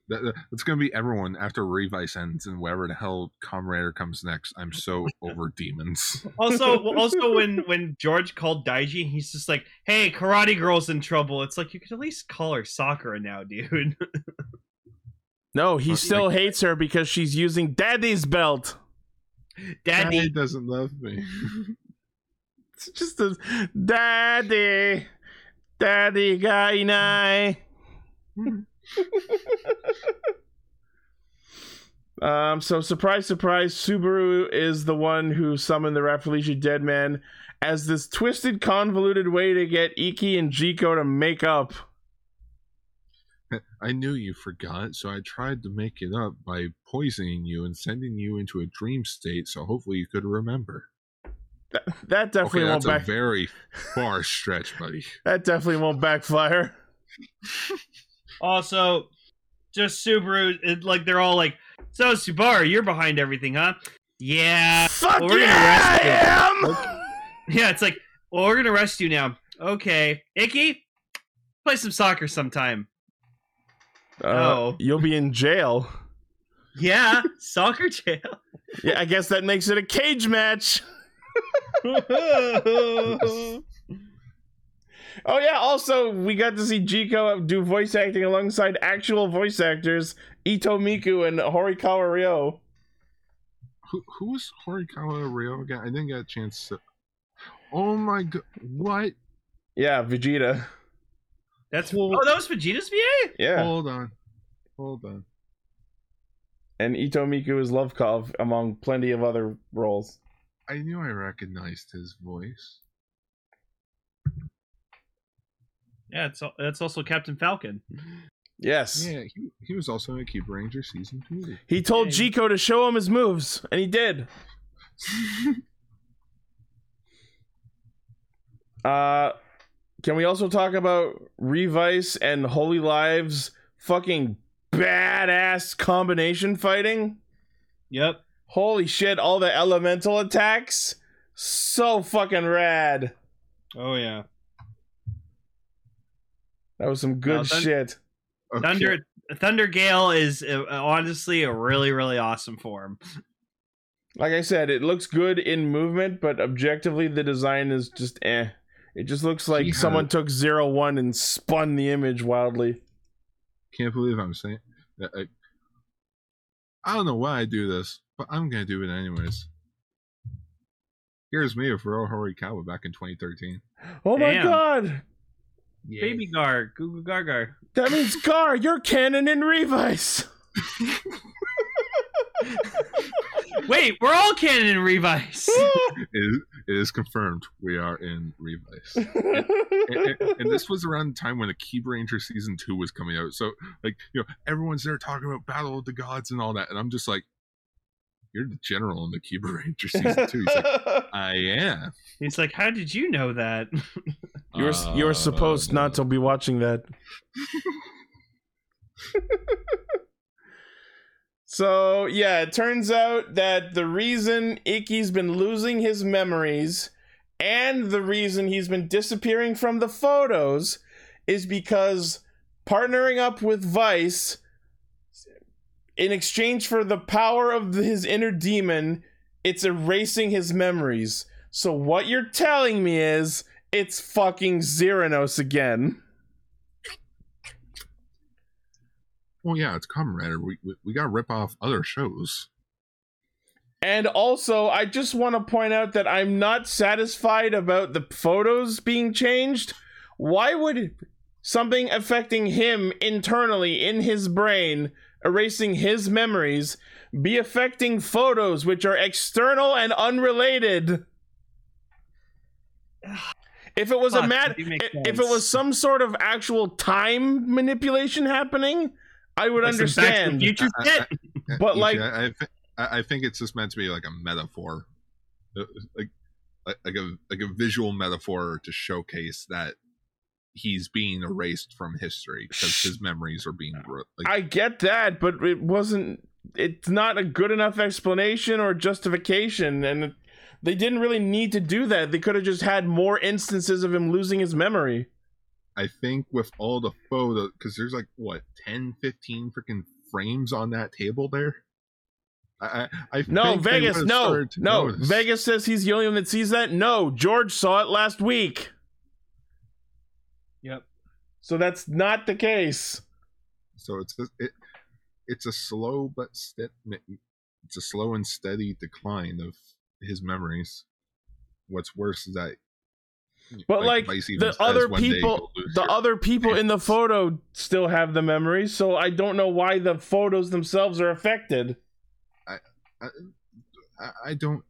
[SPEAKER 2] That, that- that's gonna be everyone after Revice ends and wherever the hell Common Rider comes next. I'm so over demons.
[SPEAKER 3] Also, also when when George called Daiji, he's just like, "Hey, Karate Girl's in trouble." It's like you could at least call her Sakura now, dude.
[SPEAKER 1] No, he
[SPEAKER 2] Huh.
[SPEAKER 1] still hates her because she's using daddy's belt.
[SPEAKER 2] Daddy
[SPEAKER 3] Daddy,
[SPEAKER 2] doesn't love me.
[SPEAKER 1] It's just a daddy, daddy guy nai. um. So surprise, surprise, Subaru is the one who summoned the Rafalesia dead man as this twisted, convoluted way to get Iki and Jiko to make up.
[SPEAKER 2] I knew you forgot, so I tried to make it up by poisoning you and sending you into a dream state. So hopefully you could remember.
[SPEAKER 1] That, that definitely
[SPEAKER 2] Okay,
[SPEAKER 1] won't
[SPEAKER 2] that's a
[SPEAKER 1] back.
[SPEAKER 2] very far stretch, buddy.
[SPEAKER 1] that definitely won't backfire.
[SPEAKER 3] also, just Subaru. It, like they're all like, "So Subaru, you're behind everything, huh?" Yeah,
[SPEAKER 1] Fuck
[SPEAKER 3] we're gonna
[SPEAKER 1] yeah,
[SPEAKER 3] arrest
[SPEAKER 1] I am.
[SPEAKER 3] yeah. It's like, "Well, we're gonna arrest you now." Okay, Icky, play some soccer sometime.
[SPEAKER 1] Uh,
[SPEAKER 3] Oh.
[SPEAKER 1] You'll be in jail.
[SPEAKER 3] Yeah, soccer jail.
[SPEAKER 1] Yeah, I guess that makes it a cage match. Oh yeah, also we got to see Jiko do voice acting alongside actual voice actors Ito Miku and Horikawa Ryo.
[SPEAKER 2] Who who was Horikawa Ryo again? I didn't get a chance to. Oh my god! What?
[SPEAKER 1] Yeah, Vegeta.
[SPEAKER 3] That's oh, that was Vegeta's VA.
[SPEAKER 1] Yeah.
[SPEAKER 2] Hold on, hold on.
[SPEAKER 1] And Ito Miku is Lovekov among plenty of other roles.
[SPEAKER 2] I knew I recognized his voice.
[SPEAKER 3] Yeah, it's al- that's also Captain Falcon.
[SPEAKER 1] Yes.
[SPEAKER 2] Yeah, he, he was also in Cube Ranger season two.
[SPEAKER 1] He told
[SPEAKER 3] Hey.
[SPEAKER 1] Jiko to show him his moves, and he did. uh can we also talk about Revice and Holy Lives fucking badass combination fighting?
[SPEAKER 3] Yep.
[SPEAKER 1] Holy shit, all the elemental attacks. So fucking rad.
[SPEAKER 3] Oh yeah.
[SPEAKER 1] That was some good
[SPEAKER 3] Well done.
[SPEAKER 1] shit.
[SPEAKER 2] Okay.
[SPEAKER 3] Thunder Thunder Gale is uh, honestly a really really awesome form.
[SPEAKER 1] Like I said, it looks good in movement, but objectively the design is just eh. It just looks like
[SPEAKER 2] Yeah.
[SPEAKER 1] someone took zero one and spun the image wildly.
[SPEAKER 2] Can't believe I'm saying. I, I, I don't know why I do this, but I'm gonna do it anyways. Here's me with Ro Horikawa back in 2013.
[SPEAKER 1] Oh my
[SPEAKER 3] Damn.
[SPEAKER 1] god!
[SPEAKER 3] Baby Gar, Goo Goo Gar Gar.
[SPEAKER 1] That means Gar, you're canon in Revice!
[SPEAKER 3] Wait, we're all canon and Revice.
[SPEAKER 2] It is, it is confirmed. We are in Revice. and, and- and this was around the time when the Key Ranger season two was coming out. So like you know, everyone's there talking about Battle of the Gods and all that, and I'm just like, "You're the general in the Key Ranger season two. He's like, "I am."
[SPEAKER 3] He's like, how did you know that?
[SPEAKER 1] you were you were supposed
[SPEAKER 2] Uh,
[SPEAKER 1] not to be watching that. so yeah, it turns out that the reason Icky's been losing his memories and the reason he's been disappearing from the photos is because partnering up with Vice in exchange for the power of his inner demon, it's erasing his memories. So what you're telling me is it's fucking Xeranos again.
[SPEAKER 2] Well, yeah, it's Kamen Rider. We we, we got to rip off other shows.
[SPEAKER 1] And also, I just want to point out that I'm not satisfied about the photos being changed. Why would something affecting him internally in his brain, erasing his memories, be affecting photos which are external and unrelated? If it was a
[SPEAKER 3] Fuck,
[SPEAKER 1] mat,
[SPEAKER 3] you make
[SPEAKER 1] if it
[SPEAKER 3] sense.
[SPEAKER 1] was some sort of actual time manipulation happening, I would
[SPEAKER 3] Like some Back to the
[SPEAKER 1] understand.
[SPEAKER 3] Future shit.
[SPEAKER 2] Uh,
[SPEAKER 1] But,
[SPEAKER 2] Ichi,
[SPEAKER 1] like-
[SPEAKER 2] I, I, thi- I I think it's just meant to be like a metaphor, Uh, like like like a like a visual metaphor to showcase that he's being erased from history because his memories are being ru- like
[SPEAKER 1] I get that, but it wasn't. It's not a good enough explanation or justification, and they didn't really need to do that. They could have just had more instances of him losing his memory.
[SPEAKER 2] I think with all the photos, because there's like what 10, 15 freaking frames on that table there. I, I, I
[SPEAKER 1] No,
[SPEAKER 2] think they
[SPEAKER 1] Vegas,
[SPEAKER 2] would've
[SPEAKER 1] no,
[SPEAKER 2] started to
[SPEAKER 1] no.
[SPEAKER 2] notice.
[SPEAKER 1] Vegas says he's the only one that sees that. No, George saw it last week,
[SPEAKER 3] Yep.
[SPEAKER 1] so that's not the case.
[SPEAKER 2] So it's just- it, it's a slow but step, it's a slow and steady decline of his memories. What's worse is that,
[SPEAKER 1] But like,
[SPEAKER 2] Vice even
[SPEAKER 1] the
[SPEAKER 2] says
[SPEAKER 1] other
[SPEAKER 2] one day
[SPEAKER 1] people,
[SPEAKER 2] you'll lose
[SPEAKER 1] the
[SPEAKER 2] your-
[SPEAKER 1] other people in the
[SPEAKER 2] hands.
[SPEAKER 1] photo still have the memories, so I don't know why the photos themselves are affected.
[SPEAKER 2] I, I don't.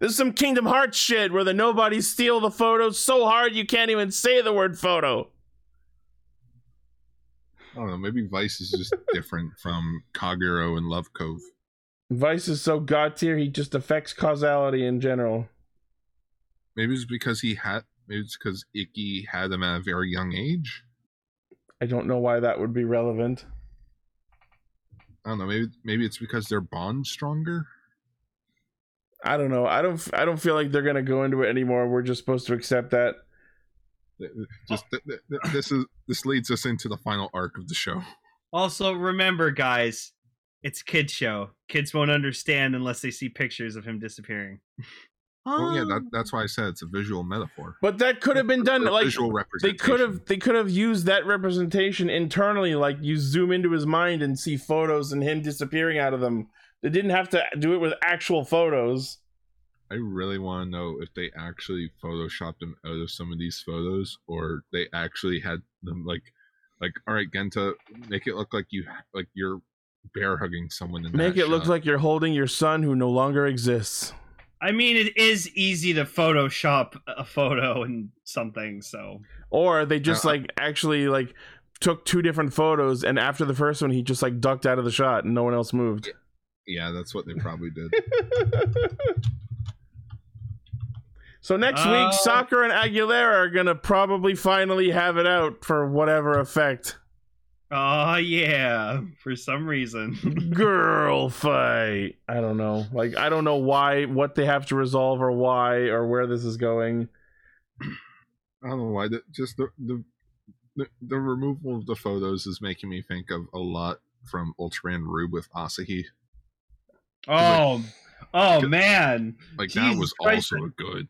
[SPEAKER 1] This is some Kingdom Hearts shit where the nobodies steal the photos so hard you can't even say the word photo.
[SPEAKER 2] I don't know. Maybe Vice is just different from Kagero and Love Cove.
[SPEAKER 1] Vice is so god tier, he just affects causality in general.
[SPEAKER 2] Maybe it's because he had. Maybe it's because Icky had him at a very young age.
[SPEAKER 1] I don't know why that would be relevant.
[SPEAKER 2] I don't know. Maybe maybe it's because their bond's stronger.
[SPEAKER 1] I don't know. I don't. I don't feel like they're gonna go into it anymore. We're just supposed to accept that.
[SPEAKER 2] Just th- th- th- this is this leads us into the final arc of the show.
[SPEAKER 3] Also, remember, guys, it's a kid show. Kids won't understand unless they see pictures of him disappearing. Um,
[SPEAKER 2] Well, yeah, that, that's why I said it's a visual metaphor.
[SPEAKER 1] But that could have been done.
[SPEAKER 2] A
[SPEAKER 1] Like
[SPEAKER 2] visual
[SPEAKER 1] they
[SPEAKER 2] representation.
[SPEAKER 1] could have. They could have used that representation internally. Like you zoom into his mind and see photos and him disappearing out of them. They didn't have to do it with actual photos.
[SPEAKER 2] I really want to know if they actually photoshopped him out of some of these photos, or they actually had them like, like, all right, Genta, make it look like you like you're bear hugging someone. In
[SPEAKER 1] Make
[SPEAKER 2] that
[SPEAKER 1] it look
[SPEAKER 2] shot.
[SPEAKER 1] like you're holding your son who no longer exists.
[SPEAKER 3] I mean, it is easy to Photoshop a photo and something, so.
[SPEAKER 1] or they just
[SPEAKER 2] Uh,
[SPEAKER 1] like actually like took two different photos and after the first one he just like ducked out of the shot and no one else moved
[SPEAKER 2] yeah, that's what they probably did.
[SPEAKER 1] so next
[SPEAKER 3] Oh.
[SPEAKER 1] week soccer and aguilera are gonna probably finally have it out for whatever effect
[SPEAKER 3] Oh, yeah, for some reason.
[SPEAKER 1] girl fight i don't know like i don't know why what they have to resolve or why or where this is going
[SPEAKER 2] I don't know why. The, just the, the the the removal of the photos is making me think of a lot from Ultraman Rube with Asahi.
[SPEAKER 3] oh, oh, man.
[SPEAKER 2] Like that
[SPEAKER 3] Jesus
[SPEAKER 2] was
[SPEAKER 3] Christ,
[SPEAKER 2] also good.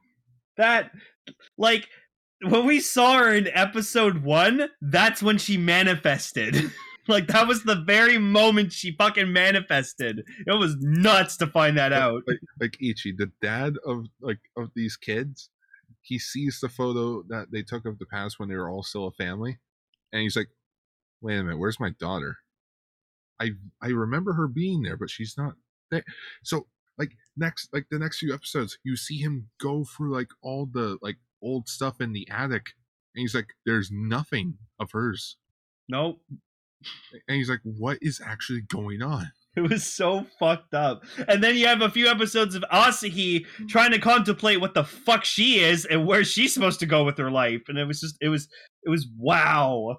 [SPEAKER 3] That, like, when we saw her in episode one, that's when she manifested. like, that was the very moment she fucking manifested. It was nuts to find that out.
[SPEAKER 2] Like, like Ichi, the dad of like of these kids, he sees the photo that they took of the past when they were all still a family, and he's like, "Wait a minute, where's my daughter? I I remember her being there, but she's not there." So like next like the next few episodes, you see him go through like all the like old stuff in the attic, and he's like, "There's nothing of hers,"
[SPEAKER 3] Nope.
[SPEAKER 2] and he's like, "What is actually going on?"
[SPEAKER 3] It was so fucked up. And then you have a few episodes of Asahi trying to contemplate what the fuck she is and where she's supposed to go with her life. And it was just, it was, it was wow.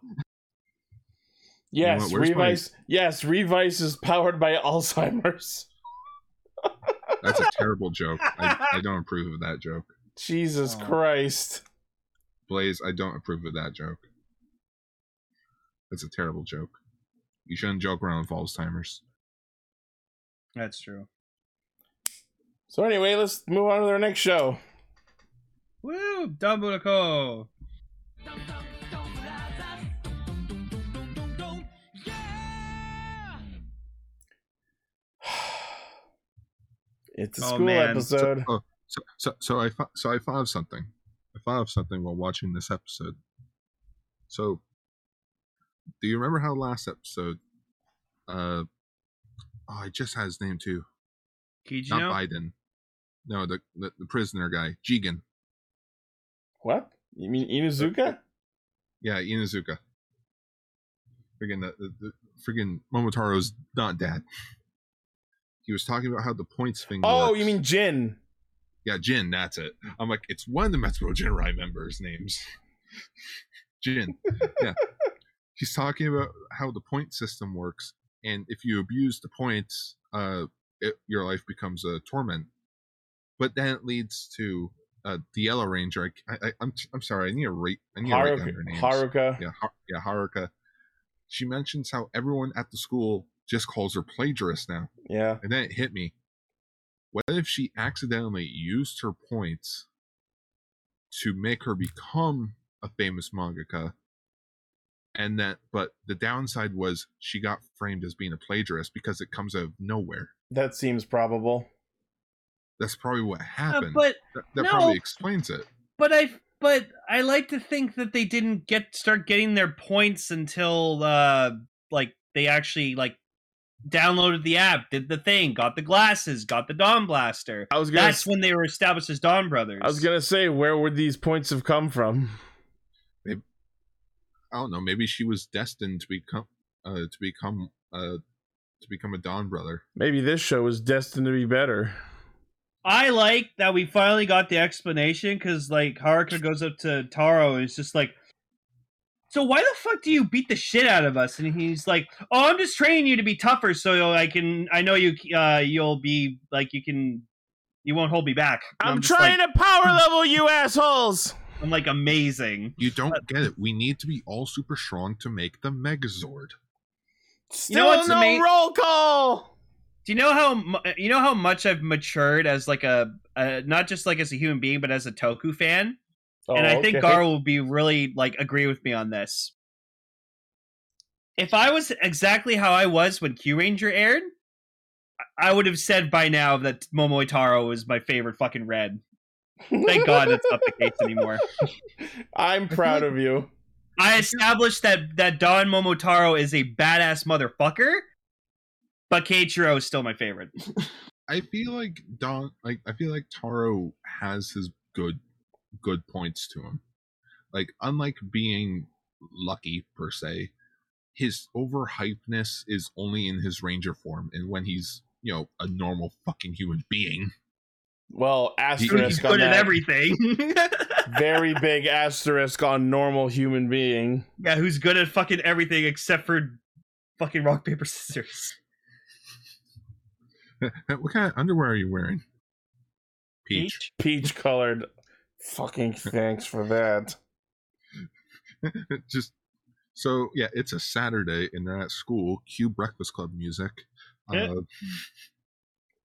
[SPEAKER 1] yes
[SPEAKER 2] Wh- where's my-
[SPEAKER 1] revice yes revice is powered by alzheimer's
[SPEAKER 2] That's a terrible joke. I, I don't approve of that joke.
[SPEAKER 1] jesus
[SPEAKER 3] Oh.
[SPEAKER 1] christ
[SPEAKER 2] Blaze, I don't approve of that joke. That's a terrible joke. You shouldn't joke around with Alzheimer's.
[SPEAKER 3] That's true.
[SPEAKER 1] So anyway, let's move on to our next show.
[SPEAKER 3] Woo! Dumbledore.
[SPEAKER 1] It's a
[SPEAKER 3] Oh,
[SPEAKER 1] school
[SPEAKER 3] man.
[SPEAKER 1] episode.
[SPEAKER 2] So, so, so, so I fo- so I thought of something. I thought of something while watching this episode. So, do you remember how last episode? Uh, oh, I just had his name too. Not
[SPEAKER 3] Kijino.
[SPEAKER 2] Biden. No, the, the the prisoner guy, Jigen.
[SPEAKER 1] What? You mean Inazuka?
[SPEAKER 2] Yeah, Inazuka. Friggin' the, the, the friggin' Momotaro's not dad. He was talking about how the points thing.
[SPEAKER 1] Oh,
[SPEAKER 2] works.
[SPEAKER 1] you mean Jin?
[SPEAKER 2] yeah, Jin? That's it. I'm like, it's one of the Metro Jinrai members' names. Jin. Yeah, he's talking about how the point system works, and if you abuse the points, uh, it, your life becomes a torment. But then it leads to uh, the Yellow Ranger. I, I, I'm I'm sorry. I need to rate. I need to write down
[SPEAKER 1] Haruka.
[SPEAKER 2] their names
[SPEAKER 1] Haruka.
[SPEAKER 2] yeah, Har- yeah, Haruka. She mentions how everyone at the school just calls her plagiarist now,
[SPEAKER 1] Yeah.
[SPEAKER 2] and then it hit me. What if she accidentally used her points to make her become a famous mangaka? And that, but the downside was she got framed as being a plagiarist because it comes out of nowhere.
[SPEAKER 1] That seems probable.
[SPEAKER 2] That's probably what
[SPEAKER 3] Uh,
[SPEAKER 2] happened.
[SPEAKER 3] but
[SPEAKER 2] that that
[SPEAKER 3] no.
[SPEAKER 2] probably explains it.
[SPEAKER 3] but I but I like to think that they didn't get start getting their points until uh like they actually like downloaded the app, did the thing, got the glasses, got the Dawn Blaster.
[SPEAKER 1] I was gonna.
[SPEAKER 3] That's when they were established as Dawn Brothers.
[SPEAKER 1] I was gonna say where would these points have come from?
[SPEAKER 2] I don't know. Maybe she was destined to become, uh, to become, uh, to become a Don brother.
[SPEAKER 1] Maybe this show is destined to be better.
[SPEAKER 3] I like that we finally got the explanation because like Haruka goes up to Taro and it's just like, so why the fuck do you beat the shit out of us? And he's like, oh, I'm just training you to be tougher so I can. I know you. Uh, you'll be like you can. You won't hold me back. And just Like,
[SPEAKER 1] to power level you assholes.
[SPEAKER 3] I'm like amazing.
[SPEAKER 2] You don't get it. We need to be all super strong to make the Megazord.
[SPEAKER 1] Still
[SPEAKER 3] You know what's
[SPEAKER 1] no
[SPEAKER 3] ama-
[SPEAKER 1] roll call.
[SPEAKER 3] Do you know how mu- you know how much I've matured as like a, a not just like as a human being but as a Toku fan?
[SPEAKER 1] Oh,
[SPEAKER 3] and
[SPEAKER 2] Oh,
[SPEAKER 3] I think Gar will be really like agree with me on this. If I was exactly how I was when Q Ranger aired, I- I would have said by now that Momoitaro is my favorite fucking red. Thank God that's not the case anymore.
[SPEAKER 1] I'm proud of you.
[SPEAKER 3] I established that that Don Momotaro is a badass motherfucker, but Keiichiro is still my favorite.
[SPEAKER 2] I feel like Don like I feel like Taro has his good good points to him. Like unlike being lucky per se, his overhypeness is only in his ranger form and when he's, you know, a normal fucking human being.
[SPEAKER 1] Well,
[SPEAKER 3] He's
[SPEAKER 1] asterisk on
[SPEAKER 3] good at
[SPEAKER 1] that.
[SPEAKER 3] everything.
[SPEAKER 1] Very big asterisk on normal human being.
[SPEAKER 3] yeah, who's good at fucking everything except for fucking rock paper scissors.
[SPEAKER 2] what kind of underwear are you wearing? Peach.
[SPEAKER 1] Peach colored. Fucking thanks for that.
[SPEAKER 2] just so yeah, it's a Saturday and they're at school. Cue Breakfast Club music.
[SPEAKER 3] Yeah.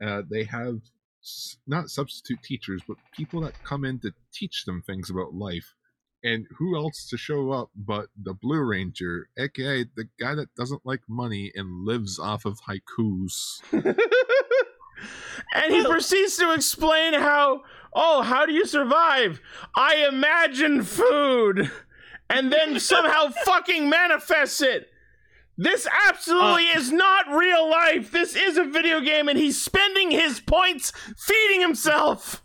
[SPEAKER 2] Uh, uh, they have s- not substitute teachers, but people that come in to teach them things about life. And who else to show up but the Blue Ranger, aka the guy that doesn't like money and lives off of haikus.
[SPEAKER 1] and he proceeds to explain how, oh, how do you survive? I imagine food and then somehow fucking manifests it. This absolutely is not real life. This is a video game, and he's spending his points feeding himself.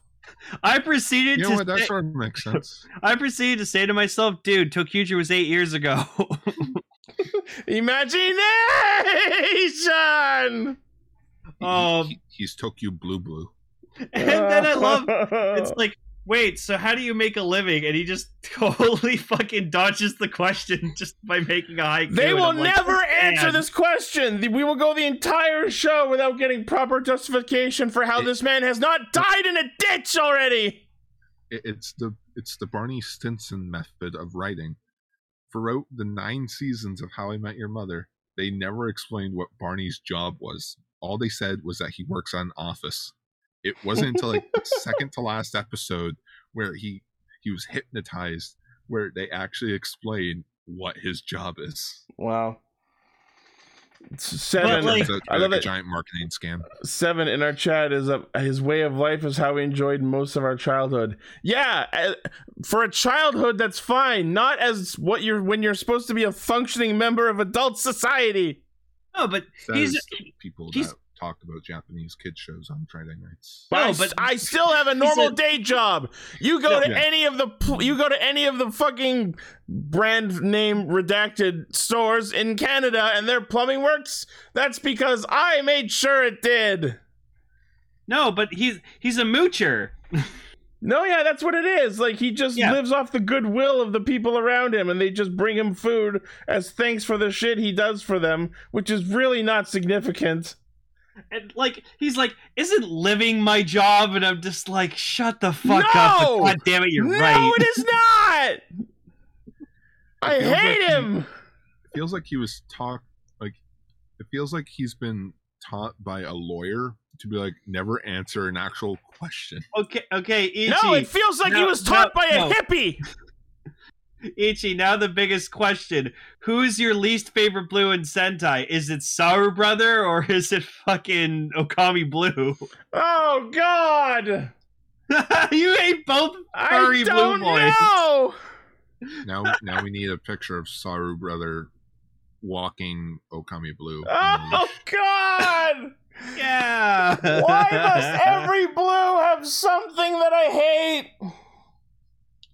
[SPEAKER 3] I proceeded
[SPEAKER 2] You know
[SPEAKER 3] to
[SPEAKER 2] what? That
[SPEAKER 3] say,
[SPEAKER 2] sort of makes sense.
[SPEAKER 3] I proceeded to say to myself, dude, Tokuja was eight years ago.
[SPEAKER 1] Imagination!
[SPEAKER 2] He-
[SPEAKER 3] Um,
[SPEAKER 2] he- he's Tokyo Blue Blue.
[SPEAKER 3] and then I love it's like, wait, so how do you make a living? And he just totally fucking dodges the question just by making a haiku.
[SPEAKER 1] They
[SPEAKER 3] and
[SPEAKER 1] will
[SPEAKER 3] I'm like,
[SPEAKER 1] never
[SPEAKER 3] "Man."
[SPEAKER 1] answer this question. The- We will go the entire show without getting proper justification for how
[SPEAKER 2] It-
[SPEAKER 1] this man has not died in a ditch already.
[SPEAKER 2] it, it's the it's the Barney Stinson method of writing. Throughout the nine seasons of How I Met Your Mother, they never explained what Barney's job was. All they said was that he works on office. It wasn't until like the second to last episode where he he was hypnotized, where they actually explain what his job is.
[SPEAKER 1] Wow.
[SPEAKER 3] But,
[SPEAKER 1] Seven.
[SPEAKER 3] like-
[SPEAKER 2] It's a,
[SPEAKER 1] I love
[SPEAKER 2] like a
[SPEAKER 1] it.
[SPEAKER 2] giant marketing scam.
[SPEAKER 1] Seven in our chat is up. His way of life is how we enjoyed most of our childhood. Yeah, uh, for a childhood, that's fine. Not as what you're when you're supposed to be a functioning member of adult society.
[SPEAKER 3] No, but
[SPEAKER 2] That
[SPEAKER 3] He's-
[SPEAKER 2] is the people
[SPEAKER 3] he's-
[SPEAKER 2] that talk about Japanese kid shows on Friday nights.
[SPEAKER 1] But,
[SPEAKER 3] No,
[SPEAKER 1] I, s-
[SPEAKER 3] but-
[SPEAKER 1] I still have a normal day job. You go
[SPEAKER 3] No.
[SPEAKER 1] to
[SPEAKER 2] Yeah.
[SPEAKER 1] any of the pl- you go to any of the fucking brand name redacted stores in Canada, and their plumbing works. That's because I made sure it did.
[SPEAKER 3] no, but he's he's a moocher.
[SPEAKER 1] No, yeah, that's what it is. Like he just
[SPEAKER 3] Yeah.
[SPEAKER 1] lives off the goodwill of the people around him, and they just bring him food as thanks for the shit he does for them, which is really not significant.
[SPEAKER 3] And like he's like, isn't living my job? And I'm just like, shut the fuck up.
[SPEAKER 1] No!
[SPEAKER 3] But God damn it, you're
[SPEAKER 1] no,
[SPEAKER 3] right.
[SPEAKER 1] it is not. I
[SPEAKER 2] feels
[SPEAKER 1] hate
[SPEAKER 2] like-
[SPEAKER 1] him.
[SPEAKER 2] It feels like he was taught like it feels like he's been taught by a lawyer to be like never answer an actual question.
[SPEAKER 3] Okay, okay, Ichi.
[SPEAKER 1] No, it feels like he
[SPEAKER 3] No,
[SPEAKER 1] was taught
[SPEAKER 3] no,
[SPEAKER 1] by a
[SPEAKER 3] no.
[SPEAKER 1] hippie.
[SPEAKER 3] Ichi, now the biggest question. Who is your least favorite blue in Sentai? Is it Sour Brother or is it fucking Okami Blue?
[SPEAKER 1] Oh God,
[SPEAKER 3] you hate both
[SPEAKER 1] I
[SPEAKER 3] furry blue
[SPEAKER 1] don't
[SPEAKER 3] boys.
[SPEAKER 1] know.
[SPEAKER 2] Now now we need a picture of Saru brother walking Okami Blue.
[SPEAKER 1] Oh God,
[SPEAKER 3] Yeah.
[SPEAKER 1] why must every blue have something that I hate?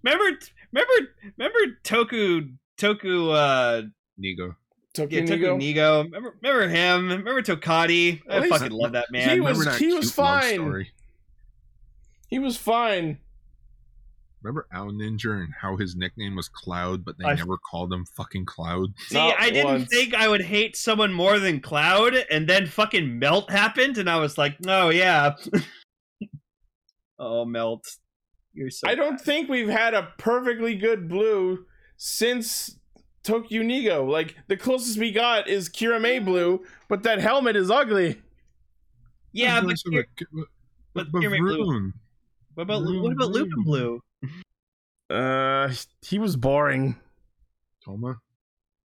[SPEAKER 3] Remember remember remember Toku Toku uh
[SPEAKER 2] Nigo.
[SPEAKER 3] yeah, Toku Nigo. Remember remember him? Remember Tokati?
[SPEAKER 1] At
[SPEAKER 3] I
[SPEAKER 1] least-
[SPEAKER 3] fucking love that man.
[SPEAKER 1] He was-
[SPEAKER 2] Remember that
[SPEAKER 1] he was
[SPEAKER 2] cute love
[SPEAKER 1] fine.
[SPEAKER 2] story?
[SPEAKER 1] He was fine.
[SPEAKER 2] Remember Al Ninja and how his nickname was Cloud, but they
[SPEAKER 3] I-
[SPEAKER 2] never called him fucking Cloud.
[SPEAKER 3] See,
[SPEAKER 1] Not
[SPEAKER 3] I didn't
[SPEAKER 1] once.
[SPEAKER 3] think I would hate someone more than Cloud, and then fucking Melt happened, and I was like, oh yeah. oh Melt, you're so.
[SPEAKER 1] I don't think we've had a perfectly good blue since Tokyo Nigo. Like the closest we got is Kirame blue, but that helmet is ugly.
[SPEAKER 3] Yeah, but,
[SPEAKER 2] Also,
[SPEAKER 3] here-
[SPEAKER 2] but,
[SPEAKER 3] but
[SPEAKER 2] but,
[SPEAKER 3] here we-
[SPEAKER 2] Varun,
[SPEAKER 3] what about what about Lupin Blue?
[SPEAKER 1] Uh, he was boring.
[SPEAKER 2] Toma,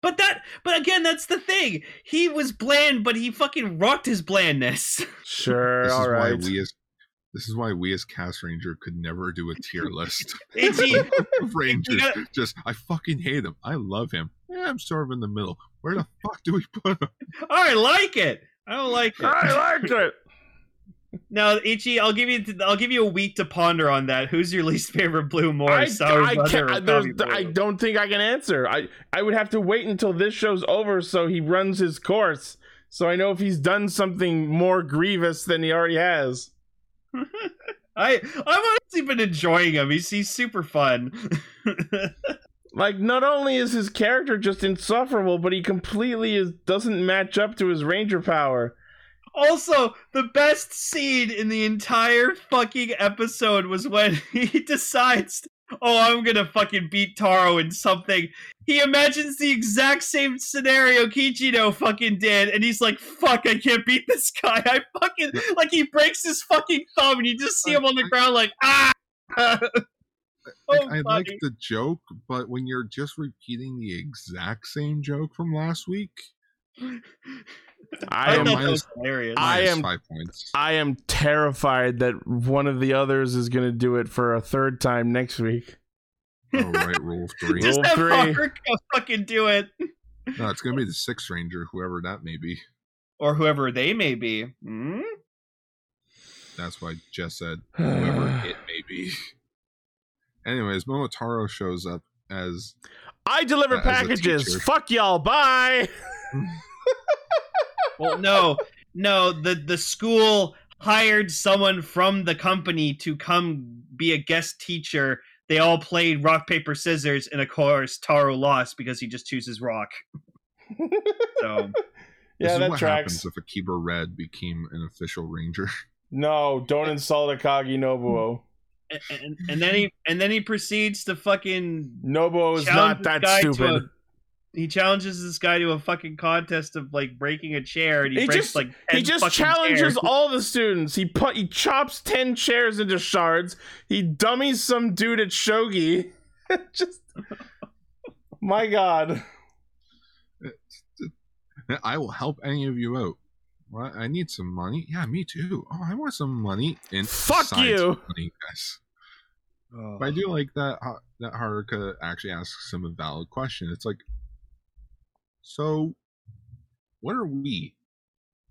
[SPEAKER 3] But that, but again, that's the thing. He was bland, but he fucking rocked his blandness.
[SPEAKER 1] Sure,
[SPEAKER 2] this is
[SPEAKER 1] all
[SPEAKER 2] why
[SPEAKER 1] right.
[SPEAKER 2] we as this is why we as Cast Ranger could never do a tier list
[SPEAKER 3] Itchy,
[SPEAKER 2] of Rangers.
[SPEAKER 3] gotta-
[SPEAKER 2] Just I fucking hate him. I love him. Yeah, I'm sort of in the middle. Where the fuck do we put him?
[SPEAKER 3] I like it. I don't like it.
[SPEAKER 1] I liked it.
[SPEAKER 3] No, Ichi, I'll give you I'll give you a week to ponder on that. Who's your least favorite blue more?
[SPEAKER 1] I,
[SPEAKER 3] Sour
[SPEAKER 1] I,
[SPEAKER 3] Brother or
[SPEAKER 1] can't, there's,
[SPEAKER 3] Tommy Blue?
[SPEAKER 1] I don't think I can answer. I, I would have to wait until this show's over so he runs his course. So I know if he's done something more grievous than he already has.
[SPEAKER 3] I I've honestly been enjoying him. He's he's super fun.
[SPEAKER 1] Like, not only is his character just insufferable, but he completely is doesn't match up to his ranger power.
[SPEAKER 3] also, the best scene in the entire fucking episode was when he decides, "Oh, I'm gonna fucking beat Taro in something." He imagines the exact same scenario Kichino fucking did, and he's like, "Fuck, I can't beat this guy." I fucking like he breaks his fucking thumb, and you just see him on the ground like, "Ah."
[SPEAKER 2] Like,
[SPEAKER 3] Oh,
[SPEAKER 2] I like
[SPEAKER 3] buddy.
[SPEAKER 2] the joke, but when you're just repeating the exact same joke from last week,
[SPEAKER 1] I
[SPEAKER 2] thought
[SPEAKER 1] am
[SPEAKER 2] that was
[SPEAKER 3] hilarious.
[SPEAKER 1] I
[SPEAKER 2] minus
[SPEAKER 1] am-
[SPEAKER 2] five points.
[SPEAKER 1] I am terrified that one of the others is gonna do it for a third time next week.
[SPEAKER 2] All right, rule of three.
[SPEAKER 3] Just
[SPEAKER 1] Rule
[SPEAKER 3] have
[SPEAKER 1] three.
[SPEAKER 3] Harker go fucking do it.
[SPEAKER 2] No, it's gonna be the sixth ranger, whoever that may be.
[SPEAKER 3] Or whoever they may be. Hmm?
[SPEAKER 2] That's why Jess said whoever it may be. Anyways, Momotaro shows up as
[SPEAKER 1] I deliver
[SPEAKER 2] As a
[SPEAKER 1] packages.
[SPEAKER 2] teacher.
[SPEAKER 1] Fuck y'all. Bye.
[SPEAKER 3] Well, no, no, the, the school hired someone from the company to come be a guest teacher. They all played rock, paper, scissors, and of course, Taro lost because he just chooses rock. so,
[SPEAKER 2] this is what happens if Akiba Red became an official ranger.
[SPEAKER 1] No, don't insult Akagi Nobuo.
[SPEAKER 3] and, and, and then he and then he proceeds to fucking
[SPEAKER 1] Nobuo is not
[SPEAKER 3] Challenge this
[SPEAKER 1] that
[SPEAKER 3] guy to
[SPEAKER 1] stupid.
[SPEAKER 3] a- he challenges this guy to a fucking contest of like breaking a chair, and he,
[SPEAKER 1] He
[SPEAKER 3] breaks
[SPEAKER 1] just-
[SPEAKER 3] like 10
[SPEAKER 1] He just
[SPEAKER 3] fucking
[SPEAKER 1] challenges
[SPEAKER 3] chairs.
[SPEAKER 1] all the students. He put he chops ten chairs into shards. He dummies some dude at shogi. just my god.
[SPEAKER 2] I will help any of you out. What? I need some money. Yeah, me too. Oh, I want some money. And
[SPEAKER 1] Fuck
[SPEAKER 2] besides
[SPEAKER 1] you.
[SPEAKER 2] money, guys. But I do like that Ha- that Haruka actually asks him a valid question. It's like, so, what are we?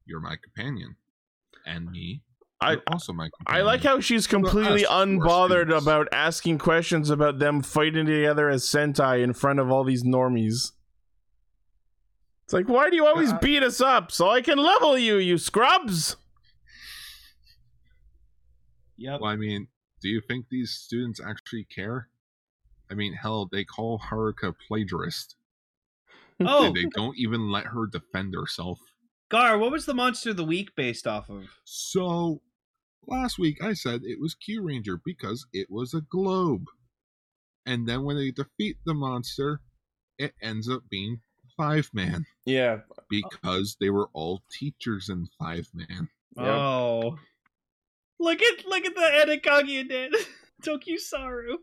[SPEAKER 2] You're my companion, and me.
[SPEAKER 1] I-
[SPEAKER 2] You're also my.
[SPEAKER 1] I
[SPEAKER 2] Companion.
[SPEAKER 1] like how she's completely
[SPEAKER 2] us, we're
[SPEAKER 1] unbothered
[SPEAKER 2] students.
[SPEAKER 1] about asking questions about them fighting together as Sentai in front of all these normies. It's like, why do you always
[SPEAKER 2] Uh,
[SPEAKER 1] beat us up so I can level you, you scrubs?
[SPEAKER 3] Yep.
[SPEAKER 2] Well, I mean, do you think these students actually care? I mean, hell, they call Haruka plagiarist.
[SPEAKER 3] Oh,
[SPEAKER 2] They don't even let her defend herself.
[SPEAKER 3] Gar, what was the monster of the week based off of?
[SPEAKER 2] So last week I said it was Q Ranger because it was a globe. And then when they defeat the monster, it ends up being Five Man
[SPEAKER 1] Yeah.
[SPEAKER 3] Oh.
[SPEAKER 2] because they were all teachers in Five Man.
[SPEAKER 1] Yep.
[SPEAKER 3] Oh, look at look at the Anakagiya did Tokusaru.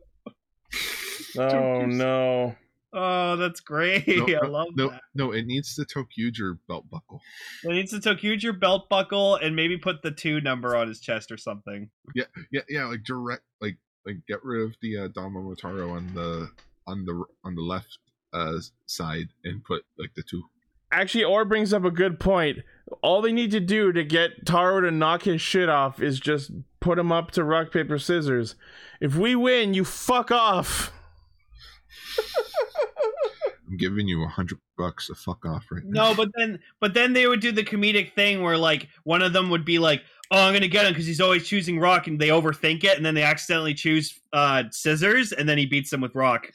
[SPEAKER 1] Oh no.
[SPEAKER 3] Oh, that's great.
[SPEAKER 2] No,
[SPEAKER 3] I
[SPEAKER 2] no,
[SPEAKER 3] love
[SPEAKER 2] no,
[SPEAKER 3] that.
[SPEAKER 2] no, it needs the Tokuger belt buckle.
[SPEAKER 3] It needs to Tokuger belt buckle and maybe put the two number on his chest or something.
[SPEAKER 2] Yeah, yeah, like direct, like like get rid of the uh, Don Momotaro on the on the on the left uh side and put like the two.
[SPEAKER 1] Actually, Orr brings up a good point. All they need to do to get Taro to knock his shit off is just put him up to rock, paper, scissors. If we win, you fuck off.
[SPEAKER 2] I'm giving you a hundred bucks to fuck off right now.
[SPEAKER 3] No, but then but then they would do the comedic thing where like one of them would be like, "Oh, I'm gonna get him because he's always choosing rock," and they overthink it, and then they accidentally choose uh, scissors, and then he beats them with rock.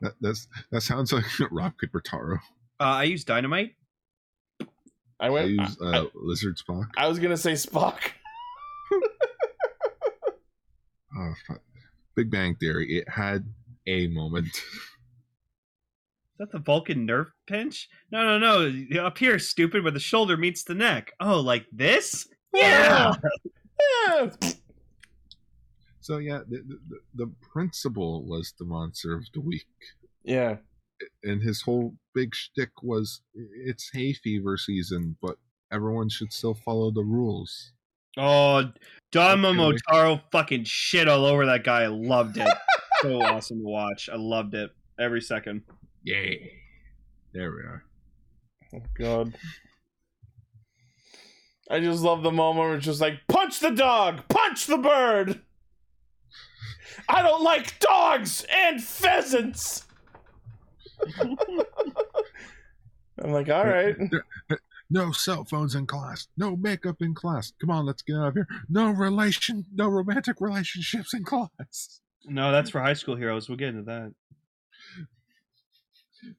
[SPEAKER 2] That, that's that sounds like rock paper taro.
[SPEAKER 3] Uh, I use dynamite.
[SPEAKER 1] I
[SPEAKER 2] I
[SPEAKER 1] went.
[SPEAKER 2] use uh, lizard spock.
[SPEAKER 1] I was gonna say Spock.
[SPEAKER 2] Oh, fuck. Big Bang Theory. It had a moment.
[SPEAKER 3] Is that the Vulcan nerve pinch? No, no, no. Up here, stupid, where the shoulder meets the neck. Oh, like this? Yeah.
[SPEAKER 1] Yeah.
[SPEAKER 2] So yeah, the, the, the principal was the monster of the week,
[SPEAKER 1] Yeah.
[SPEAKER 2] and his whole big shtick was it's hay fever season, but everyone should still follow the rules.
[SPEAKER 3] Oh, Don
[SPEAKER 2] Okay, wait.
[SPEAKER 3] Momotaro fucking shit all over that guy. I loved it. so awesome to watch. I loved it every second.
[SPEAKER 2] Yay! There we are.
[SPEAKER 1] Oh god. I just love the moment where it's just like, punch the dog, punch the bird. I don't like dogs and pheasants. I'm like, all right.
[SPEAKER 2] No cell phones in class. No makeup in class. Come on, let's get out of here. No relation. No romantic relationships in class.
[SPEAKER 3] No, that's for high school heroes. We'll get into that.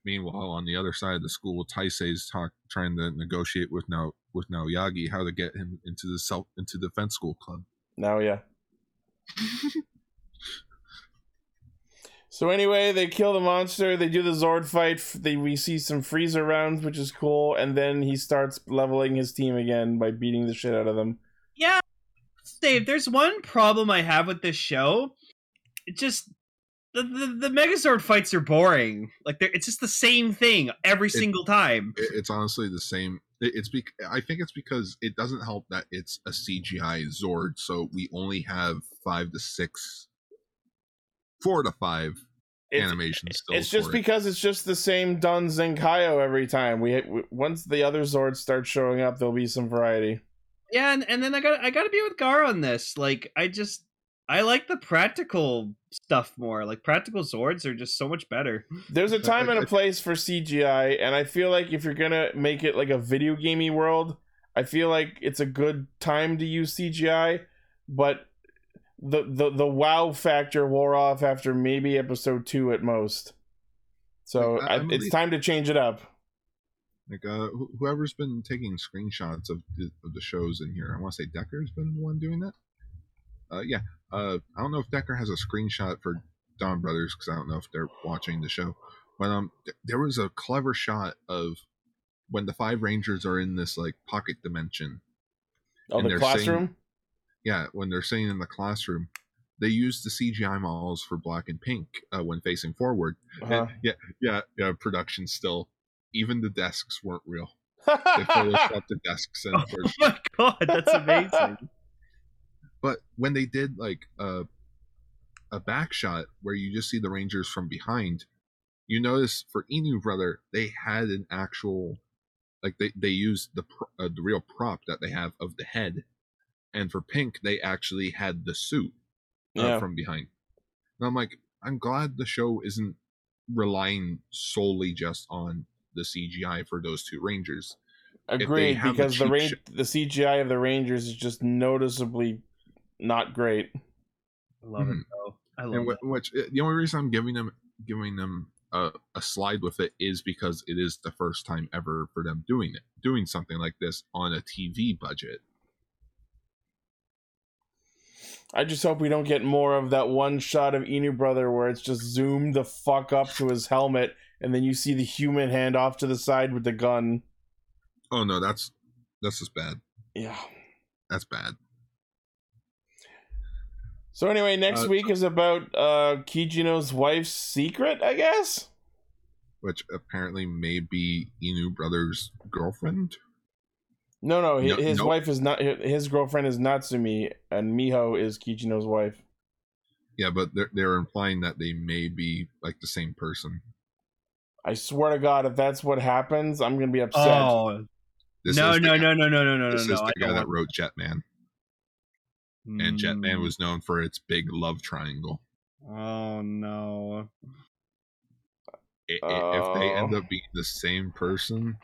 [SPEAKER 2] Meanwhile, on the other side of the school, Taisei's talk trying to negotiate with now with Naoyagi how to get him into the self into the fence school club.
[SPEAKER 1] Now, yeah. so anyway, they kill the monster. They do the Zord fight. f- They we see some freezer rounds, which is cool. And then he starts leveling his team again by beating the shit out of them.
[SPEAKER 3] Dave, there's one problem I have with this show. It just the the, the Megazord fights are boring. Like they're, it's just the same thing every single time.
[SPEAKER 2] It- it's honestly the same. it- It's bec I think it's because it doesn't help that it's a CGI Zord, so we only have five to six, four to five
[SPEAKER 1] It's,
[SPEAKER 2] animations still.
[SPEAKER 1] it's just
[SPEAKER 2] for it.
[SPEAKER 1] because it's just the same Don Zenkaio every time. We, we once the other Zords start showing up, there'll be some variety.
[SPEAKER 3] Yeah, and, and then I got I got to be with Gar on this. Like I just I like the practical stuff more. Like practical Zords are just so much better.
[SPEAKER 1] There's a
[SPEAKER 2] But,
[SPEAKER 1] time
[SPEAKER 2] like,
[SPEAKER 1] and
[SPEAKER 2] I-
[SPEAKER 1] a place for CGI, and I feel like if you're gonna make it like a video gamey world, I feel like it's a good time to use CGI, but the the, the wow factor wore off after maybe episode two at most. So
[SPEAKER 2] Like, I-
[SPEAKER 1] I,
[SPEAKER 2] I'm
[SPEAKER 1] it's
[SPEAKER 2] really-
[SPEAKER 1] time to change it up.
[SPEAKER 2] Like uh, wh- whoever's been taking screenshots of the, of the shows in here, I want to say Decker's been the one doing that. Uh, yeah. Uh, I don't know if Decker has a screenshot for Don Brothers because I don't know if they're watching the show, But um, th- there was a clever shot of when the five rangers are in this like pocket dimension.
[SPEAKER 1] Oh,
[SPEAKER 2] And
[SPEAKER 1] the
[SPEAKER 2] they're
[SPEAKER 1] classroom.
[SPEAKER 2] Yeah, when they're sitting in the classroom, they use the CGI models for black and pink uh, when facing forward.
[SPEAKER 1] Uh-huh.
[SPEAKER 2] And yeah, yeah, yeah. Production still, even the desks weren't real. They photoshopped the desks and
[SPEAKER 3] Oh my god, that's amazing.
[SPEAKER 2] but when they did like a a back shot where you just see the rangers from behind you notice for inu brother they had an actual like they they used the pr- uh, the real prop that they have of the head and for pink they actually had the suit uh,
[SPEAKER 1] yeah.
[SPEAKER 2] from behind and i'm like i'm glad the show isn't relying solely just on the cgi for those two rangers they
[SPEAKER 1] Agreed,
[SPEAKER 2] have a
[SPEAKER 1] because the
[SPEAKER 2] cheap
[SPEAKER 1] range,
[SPEAKER 2] sh-
[SPEAKER 1] the CGI of the Rangers is just noticeably not great.
[SPEAKER 3] I love it
[SPEAKER 2] Mhm.
[SPEAKER 3] though. I love
[SPEAKER 2] and
[SPEAKER 3] it.
[SPEAKER 2] wh- which uh, the only reason I'm giving them giving them a, a slide with it is because it is the first time ever for them doing it, doing something like this on a TV budget.
[SPEAKER 1] I just hope we don't get more of that one shot of Inu brother where it's just zoomed the fuck up to his helmet, and then you see the human hand off to the side with the gun.
[SPEAKER 2] Oh no, that's that's just bad.
[SPEAKER 1] Yeah.
[SPEAKER 2] That's bad.
[SPEAKER 1] So anyway, next
[SPEAKER 2] Uh,
[SPEAKER 1] week is about uh, Kijino's wife's secret, I guess.
[SPEAKER 2] Which apparently may be Inu brother's girlfriend.
[SPEAKER 1] No, no, his,
[SPEAKER 2] No-
[SPEAKER 1] his
[SPEAKER 2] nope.
[SPEAKER 1] wife is not. His girlfriend is Natsumi, and Miho is Kijino's wife.
[SPEAKER 2] Yeah, but they're they're implying that they may be like the same person.
[SPEAKER 1] I swear to God, if that's what happens, I'm gonna be upset.
[SPEAKER 3] Oh no,
[SPEAKER 2] is the
[SPEAKER 3] no,
[SPEAKER 2] guy-
[SPEAKER 3] no, no, no, no, no, no,
[SPEAKER 2] This
[SPEAKER 3] no!
[SPEAKER 2] is
[SPEAKER 3] I
[SPEAKER 2] the guy
[SPEAKER 3] don't
[SPEAKER 2] that
[SPEAKER 3] want-
[SPEAKER 2] wrote Jetman, and Jetman
[SPEAKER 3] Mm.
[SPEAKER 2] was known for its big love triangle.
[SPEAKER 3] Oh no!
[SPEAKER 2] I- i- if they end
[SPEAKER 1] Oh.
[SPEAKER 2] up being the same person,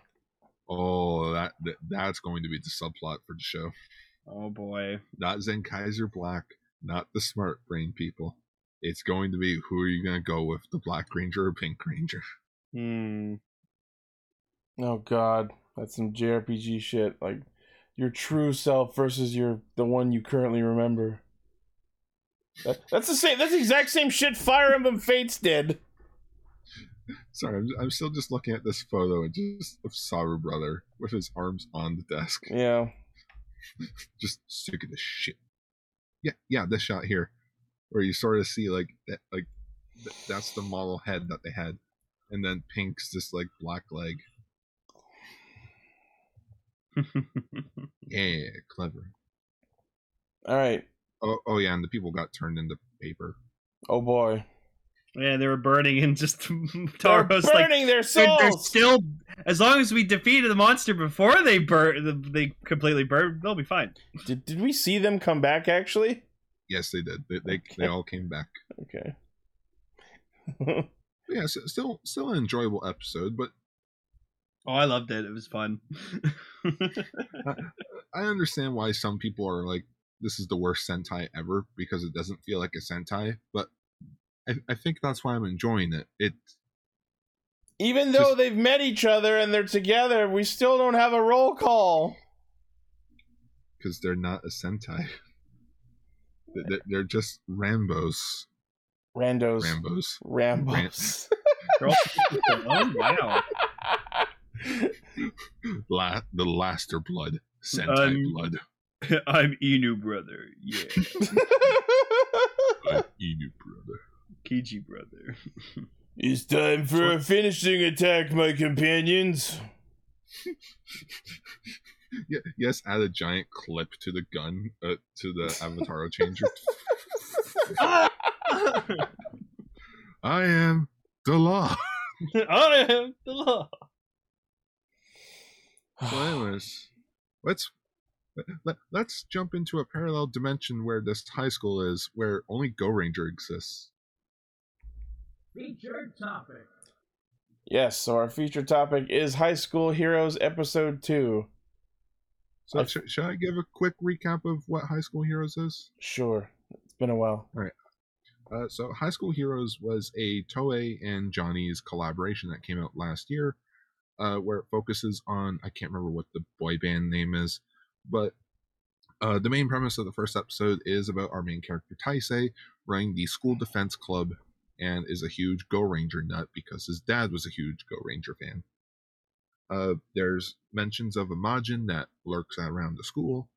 [SPEAKER 2] oh, that, that that's going to be the subplot for the show.
[SPEAKER 3] Oh boy!
[SPEAKER 2] Not Zen Kaiser Black, not the smart brain people. It's going to be who are you going to go with, the Black Ranger or Pink Ranger?
[SPEAKER 3] Hmm.
[SPEAKER 1] Oh God, that's some JRPG shit. Like your true self versus your the one you currently remember. That, that's the same. That's the exact same shit Fire Emblem Fates did.
[SPEAKER 2] Sorry, I'm, I'm still just looking at this photo and just of Saru brother with his arms on the desk,
[SPEAKER 1] Yeah.
[SPEAKER 2] just sick of this shit. Yeah, yeah, this shot here, where you sort of see like that, like th- that's the model head that they had, and then Pink's this like black leg. Yeah, clever.
[SPEAKER 1] All right.
[SPEAKER 2] Oh, oh yeah, and the people got turned into paper.
[SPEAKER 1] Oh boy.
[SPEAKER 3] yeah, they were burning and just
[SPEAKER 1] They're
[SPEAKER 3] Taros like
[SPEAKER 1] burning their
[SPEAKER 3] They're, they're
[SPEAKER 1] souls.
[SPEAKER 3] still as long as we defeated the monster before they burn they completely burn they'll be fine
[SPEAKER 1] Did, did we see them come back actually?
[SPEAKER 2] Yes, they did. They they, they all came back.
[SPEAKER 1] Okay.
[SPEAKER 2] But yeah, s still still an enjoyable episode, but
[SPEAKER 3] oh i loved it it was fun
[SPEAKER 2] I understand why some people are like, "This is the worst Sentai ever" because it doesn't feel like a Sentai. But I, I think that's why I'm enjoying it. It
[SPEAKER 1] Even though
[SPEAKER 2] Just-
[SPEAKER 1] they've met each other and they're together, we still don't have a roll call.
[SPEAKER 2] because they're not a Sentai. They- they- They're just Rambo's,
[SPEAKER 1] Randos.
[SPEAKER 2] Rambo's.
[SPEAKER 1] Rambos.
[SPEAKER 3] They're all- oh wow
[SPEAKER 2] La- the Laster Blood, Sentai
[SPEAKER 3] Um,
[SPEAKER 2] Blood,
[SPEAKER 3] i'm inu brother yeah
[SPEAKER 2] by Inu brother.
[SPEAKER 3] kiji brother
[SPEAKER 1] It's time for a finishing attack, my companions.
[SPEAKER 2] Yeah, yes, add a giant clip to the gun uh, to the avatar changer. I am the law.
[SPEAKER 3] i am the law
[SPEAKER 2] So, anyways, let's let, let's jump into a parallel dimension where this high school is, where only Go Ranger exists.
[SPEAKER 1] yes, so our feature topic is High School Heroes Episode 2.
[SPEAKER 2] So,
[SPEAKER 1] I-
[SPEAKER 2] sh- should I give a quick recap of what High School Heroes is?
[SPEAKER 1] Sure, it's been a while.
[SPEAKER 2] Uh, so High School Heroes was a Toei and Johnny's collaboration that came out last year, uh, where it focuses on I can't remember what the boy band name is, but uh, the main premise of the first episode is about our main character Taisei running the school defense club and is a huge Go Ranger nut because his dad was a huge Go Ranger fan. Uh, there's mentions of a Majin that lurks around the school,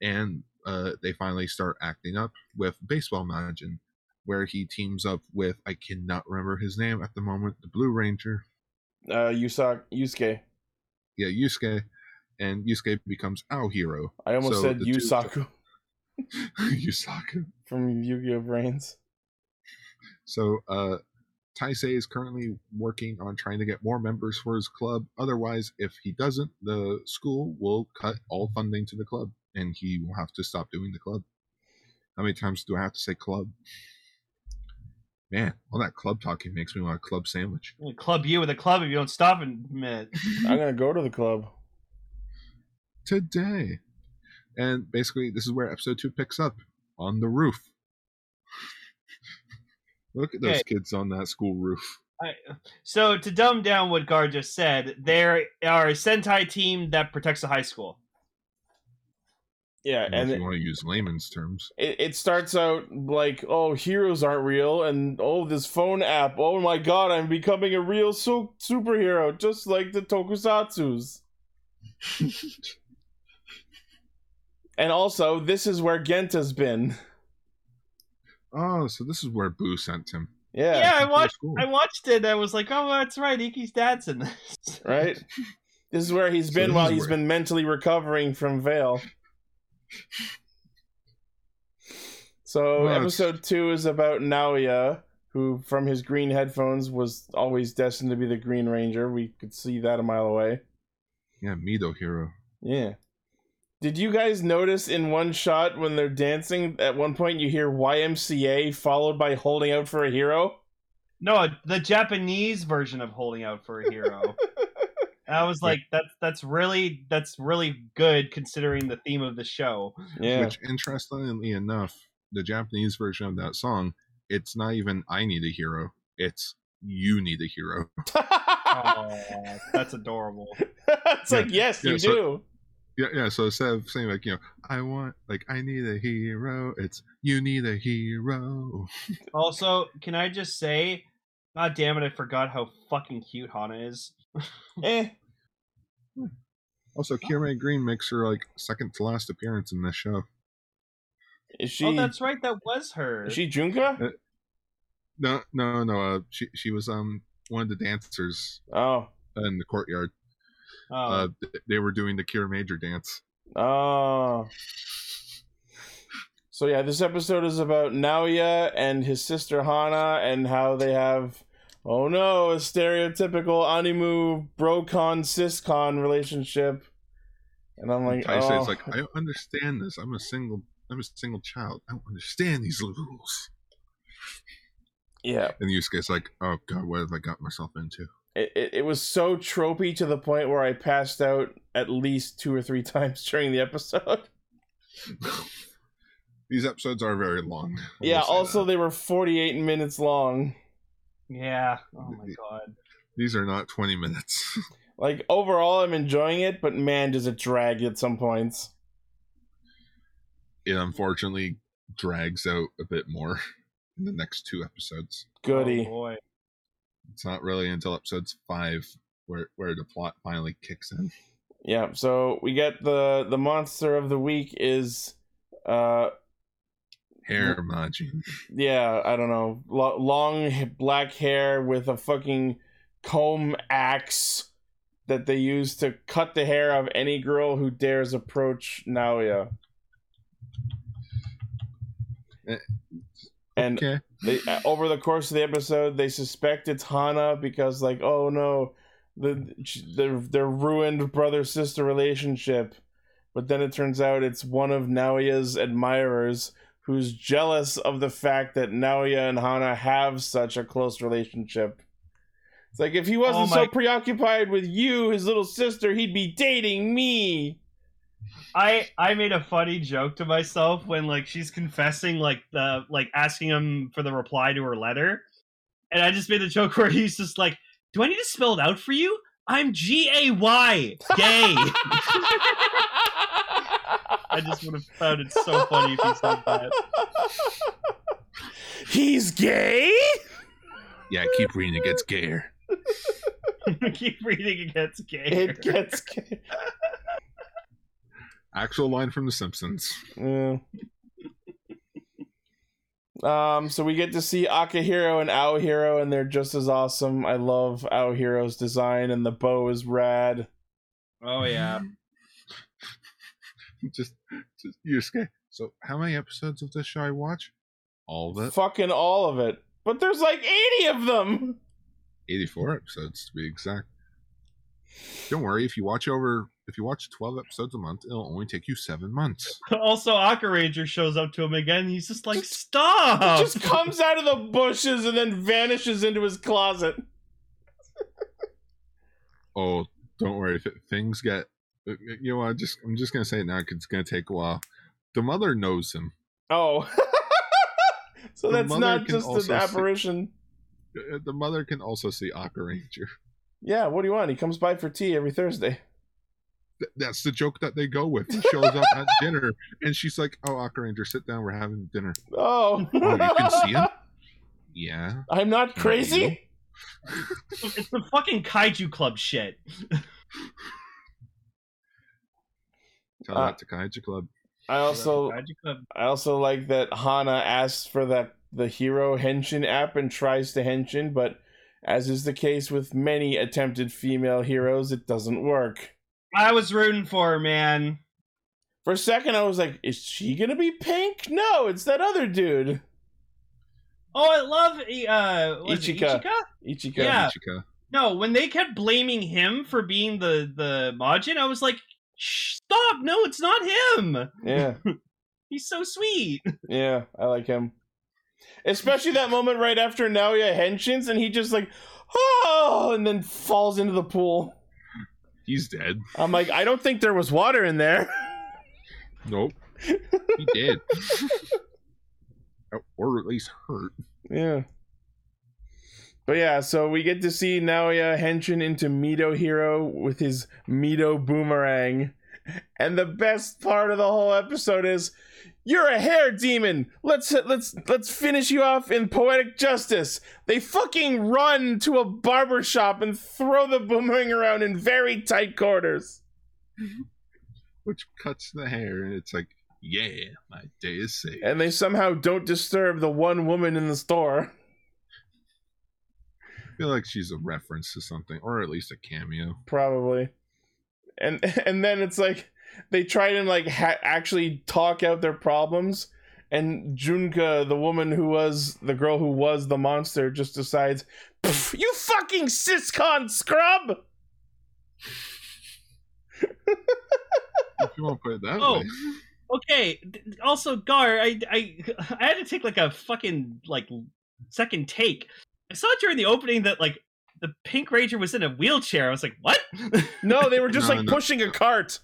[SPEAKER 2] and uh, they finally start acting up with Baseball Majin, where he teams up with, I cannot remember his name at the moment, the Blue Ranger.
[SPEAKER 1] Uh, Yusak Yusuke.
[SPEAKER 2] Yeah, Yusuke. And Yusuke becomes our hero.
[SPEAKER 1] I almost
[SPEAKER 2] So
[SPEAKER 1] said
[SPEAKER 2] the two-
[SPEAKER 1] Yusaku
[SPEAKER 2] Yusaku.
[SPEAKER 1] from Yu-Gi-Oh Brains.
[SPEAKER 2] So uh Taisei is currently working on trying to get more members for his club. Otherwise, if he doesn't, the school will cut all funding to the club and he will have to stop doing the club. How many times do I have to say club? Man, all that club talking makes me want a club sandwich.
[SPEAKER 3] I'm gonna club you with a club if you don't stop in a minute.
[SPEAKER 1] I'm gonna go to the club.
[SPEAKER 2] Today. And basically, this is where episode two picks up on the roof. Look at those
[SPEAKER 3] Okay.
[SPEAKER 2] kids on that school roof.
[SPEAKER 3] So to dumb down what Gar just said, there are a Sentai team that protects the high school. Uh,
[SPEAKER 1] Yeah,
[SPEAKER 2] if
[SPEAKER 1] and
[SPEAKER 2] you want to use layman's terms.
[SPEAKER 1] it, it starts out like, oh, heroes aren't real, and oh, this phone app. Oh my god, I'm becoming a real su- superhero, just like the tokusatsus. and also, this is where Genta's been.
[SPEAKER 2] Oh, so this is where Boo sent him.
[SPEAKER 1] Yeah.
[SPEAKER 3] Yeah, I
[SPEAKER 2] Before
[SPEAKER 3] watched.
[SPEAKER 2] school.
[SPEAKER 3] I watched it. I was like, oh, that's right. Iki's dad's in this.
[SPEAKER 1] Right? This is where he's
[SPEAKER 2] So
[SPEAKER 1] been
[SPEAKER 2] this
[SPEAKER 1] while
[SPEAKER 2] is
[SPEAKER 1] he's
[SPEAKER 2] where-
[SPEAKER 1] been mentally recovering from Vale. So
[SPEAKER 2] Well, it's-
[SPEAKER 1] episode two is about Naoya, who from his green headphones was always destined to be the Green Ranger. We could see that a mile away.
[SPEAKER 2] Yeah, Mido Hero.
[SPEAKER 1] Yeah. Did you guys notice in one shot when they're dancing, at one point you hear YMCA followed by holding out for a hero?
[SPEAKER 3] No, the Japanese version of Holding Out for a Hero. And I was like, that's that's really that's really good considering the theme of the show.
[SPEAKER 1] Yeah.
[SPEAKER 2] Which, interestingly enough, the Japanese version of that song, it's not even I need a hero. It's you need a hero.
[SPEAKER 3] Oh, that's adorable.
[SPEAKER 1] it's
[SPEAKER 2] Yeah.
[SPEAKER 1] like, yes,
[SPEAKER 2] Yeah,
[SPEAKER 1] you
[SPEAKER 2] so-
[SPEAKER 1] do.
[SPEAKER 2] Yeah, yeah. So instead of saying like, you know, I want, like, I need a hero. It's you need a hero.
[SPEAKER 3] Also, can I just say, God damn it, I forgot how fucking cute Hana is.
[SPEAKER 1] Eh.
[SPEAKER 2] Also, Kirei Green makes her like second to last appearance in this show.
[SPEAKER 1] Is she
[SPEAKER 3] oh, that's right, that was her.
[SPEAKER 1] is she Junka?
[SPEAKER 2] No, no, no. Uh, she she was um one of the dancers
[SPEAKER 1] Oh.
[SPEAKER 2] in the courtyard.
[SPEAKER 3] oh,
[SPEAKER 2] Uh, th- they were doing the Kira Major dance.
[SPEAKER 1] Oh. So yeah, this episode is about Naoya and his sister Hana and how they have oh no, a stereotypical animu brocon ciscon relationship. And I'm like,
[SPEAKER 2] I say
[SPEAKER 1] oh.
[SPEAKER 2] it's like I don't understand this. I'm a single. I'm a single child. I don't understand these rules.
[SPEAKER 1] yeah.
[SPEAKER 2] And Yusuke's like, oh god, what have I got myself into?
[SPEAKER 1] It, it, it was so tropey to the point where I passed out at least two or three times during the episode.
[SPEAKER 2] these episodes are very long. I will
[SPEAKER 1] yeah,
[SPEAKER 2] say
[SPEAKER 1] also
[SPEAKER 2] that.
[SPEAKER 1] they were 48 minutes long.
[SPEAKER 3] yeah. Oh my god.
[SPEAKER 2] these are not 20 minutes.
[SPEAKER 1] Like overall, I'm enjoying it, but man, does it drag at some points.
[SPEAKER 2] it unfortunately drags out a bit more in the next two episodes.
[SPEAKER 1] Goody.
[SPEAKER 3] Oh, boy.
[SPEAKER 2] It's not really until episodes five where where the plot finally kicks in.
[SPEAKER 1] Yeah. So we get the the monster of the week is, uh,
[SPEAKER 2] Hair Majin.
[SPEAKER 1] yeah, I don't know, lo- long h- black hair with a fucking comb axe that they use to cut the hair of any girl who dares approach Naoya.
[SPEAKER 2] Eh,
[SPEAKER 1] And
[SPEAKER 2] okay.
[SPEAKER 1] they uh, over the course of the episode they suspect it's Hana because like oh no the their their ruined brother sister relationship but then it turns out it's one of Naoya's admirers who's jealous of the fact that Naoya and Hana have such a close relationship it's like if he wasn't
[SPEAKER 3] Oh my-
[SPEAKER 1] so preoccupied with you his little sister he'd be dating me
[SPEAKER 3] I I made a funny joke to myself when like she's confessing like the like asking him for the reply to her letter, and I just made the joke where he's just like, "Do I need to spell it out for you? I'm G A Y gay." I just would have found it so funny if he said that.
[SPEAKER 1] he's gay
[SPEAKER 2] Yeah, keep reading. It gets gayer.
[SPEAKER 3] Keep reading against gay.
[SPEAKER 1] It gets.
[SPEAKER 2] Actual line from The Simpsons.
[SPEAKER 1] Yeah. Um, so we get to see Akahiro and Aohiro, and they're just as awesome. I love Aohiro's design, and the bow is rad.
[SPEAKER 3] oh yeah.
[SPEAKER 2] Just, just you're scared. So, how many episodes of this show I watch? All of it.
[SPEAKER 1] Fucking all of it. But there's like 80 of them!
[SPEAKER 2] 84 episodes to be exact. Don't worry, if you watch over if you watch 12 episodes a month, it'll only take you 7 months.
[SPEAKER 3] Also, Aqua Ranger shows up to him again. He's just like, "Stop!"
[SPEAKER 2] Oh.
[SPEAKER 1] It just comes out of the bushes and then vanishes into his closet.
[SPEAKER 2] Oh, don't worry if it, things get uh, you know, what, I just I'm just going to say it now 'cause it's going to take a while. The mother knows him.
[SPEAKER 1] Oh. so
[SPEAKER 2] The
[SPEAKER 1] that's
[SPEAKER 2] mother
[SPEAKER 1] not
[SPEAKER 2] can
[SPEAKER 1] just
[SPEAKER 2] also see-
[SPEAKER 1] an apparition.
[SPEAKER 2] Uh, The mother can also see Aqua Ranger.
[SPEAKER 1] Yeah, what do you want? He comes by for tea every Thursday.
[SPEAKER 2] Th- That's the joke that they go with. He shows up at dinner and she's like, "Oh, Aqua Ranger, sit down. We're having dinner."
[SPEAKER 1] Oh.
[SPEAKER 2] you can see him? Yeah.
[SPEAKER 1] I'm not crazy?
[SPEAKER 3] it's the fucking kaiju club shit.
[SPEAKER 2] Tell
[SPEAKER 1] Uh,
[SPEAKER 2] that to Kaiju Club.
[SPEAKER 1] I also
[SPEAKER 3] kaiju club.
[SPEAKER 1] I also like that Hana asks for that the hero henshin app and tries to henshin, but as is the case with many attempted female heroes, it doesn't work.
[SPEAKER 3] I was rooting for her, man.
[SPEAKER 1] For a second, I was like, "Is she gonna be pink?" No, it's that other dude,
[SPEAKER 3] Oh, I love uh, what is it,
[SPEAKER 1] Ichika.
[SPEAKER 3] Ichika?
[SPEAKER 1] Ichika.
[SPEAKER 3] Yeah.
[SPEAKER 2] Ichika.
[SPEAKER 3] No, when they kept blaming him for being the the Majin, I was like, "Shh, "Stop! No, it's not him.
[SPEAKER 1] yeah,
[SPEAKER 3] He's so sweet."
[SPEAKER 1] yeah, I like him. Especially that moment right after Naoya henshins, and he just like, oh, and then falls into the pool.
[SPEAKER 2] He's dead.
[SPEAKER 1] I'm like, I don't think there was water in there.
[SPEAKER 2] Nope. He did. Oh, or at least hurt.
[SPEAKER 1] Yeah. But yeah, so we get to see Naoya Henshin into Mido Hero with his Mido Boomerang. And the best part of the whole episode is you're a hair demon. Let's let's let's finish you off in poetic justice. They fucking run to a barber shop and throw the boomerang around in very tight quarters.
[SPEAKER 2] Which cuts the hair and it's like, yeah, my day is saved.
[SPEAKER 1] And they somehow don't disturb the one woman in the store.
[SPEAKER 2] I feel like she's a reference to something, or at least a cameo.
[SPEAKER 1] probably and and then it's like they tried and like ha- actually talk out their problems and junka the woman who was the girl who was the monster just decides "Pff, you fucking siscon scrub
[SPEAKER 2] If you want to put it that
[SPEAKER 3] Oh.
[SPEAKER 2] way.
[SPEAKER 3] Okay. d- Also, Gar, I I I had to take like a fucking like second take. I saw during the opening that like the Pink Ranger was in a wheelchair. I was like, "What?"
[SPEAKER 1] no they were just
[SPEAKER 2] No,
[SPEAKER 1] like
[SPEAKER 2] no.
[SPEAKER 1] pushing a cart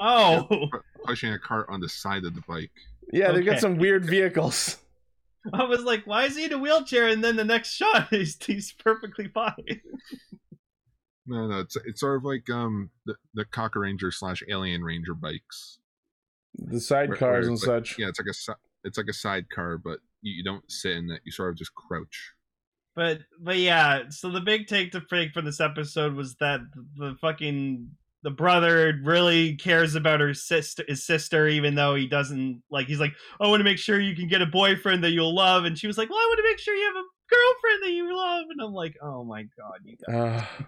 [SPEAKER 3] oh.
[SPEAKER 2] Pushing a cart on the side of the bike.
[SPEAKER 1] yeah they've got
[SPEAKER 3] Okay.
[SPEAKER 1] some weird vehicles
[SPEAKER 3] I was like, why is he in a wheelchair? And then the next shot, he's, he's perfectly fine.
[SPEAKER 2] No, no, it's it's sort of like um the, the Cocker Ranger slash Alien Ranger bikes.
[SPEAKER 1] the
[SPEAKER 2] Where- where
[SPEAKER 1] sidecars and
[SPEAKER 2] it's like-
[SPEAKER 1] such
[SPEAKER 2] Yeah, it's like a si- it's like a sidecar, but you, you don't sit in that. You sort of just crouch.
[SPEAKER 3] But but yeah, so the big take to take from this episode was that the fucking the brother really cares about her sister his sister, even though he doesn't like he's like, I want to make sure you can get a boyfriend that you'll love, and she was like, Well, I want to make sure you have a girlfriend that you love, and I'm like, Oh my god, you guys
[SPEAKER 1] Ah.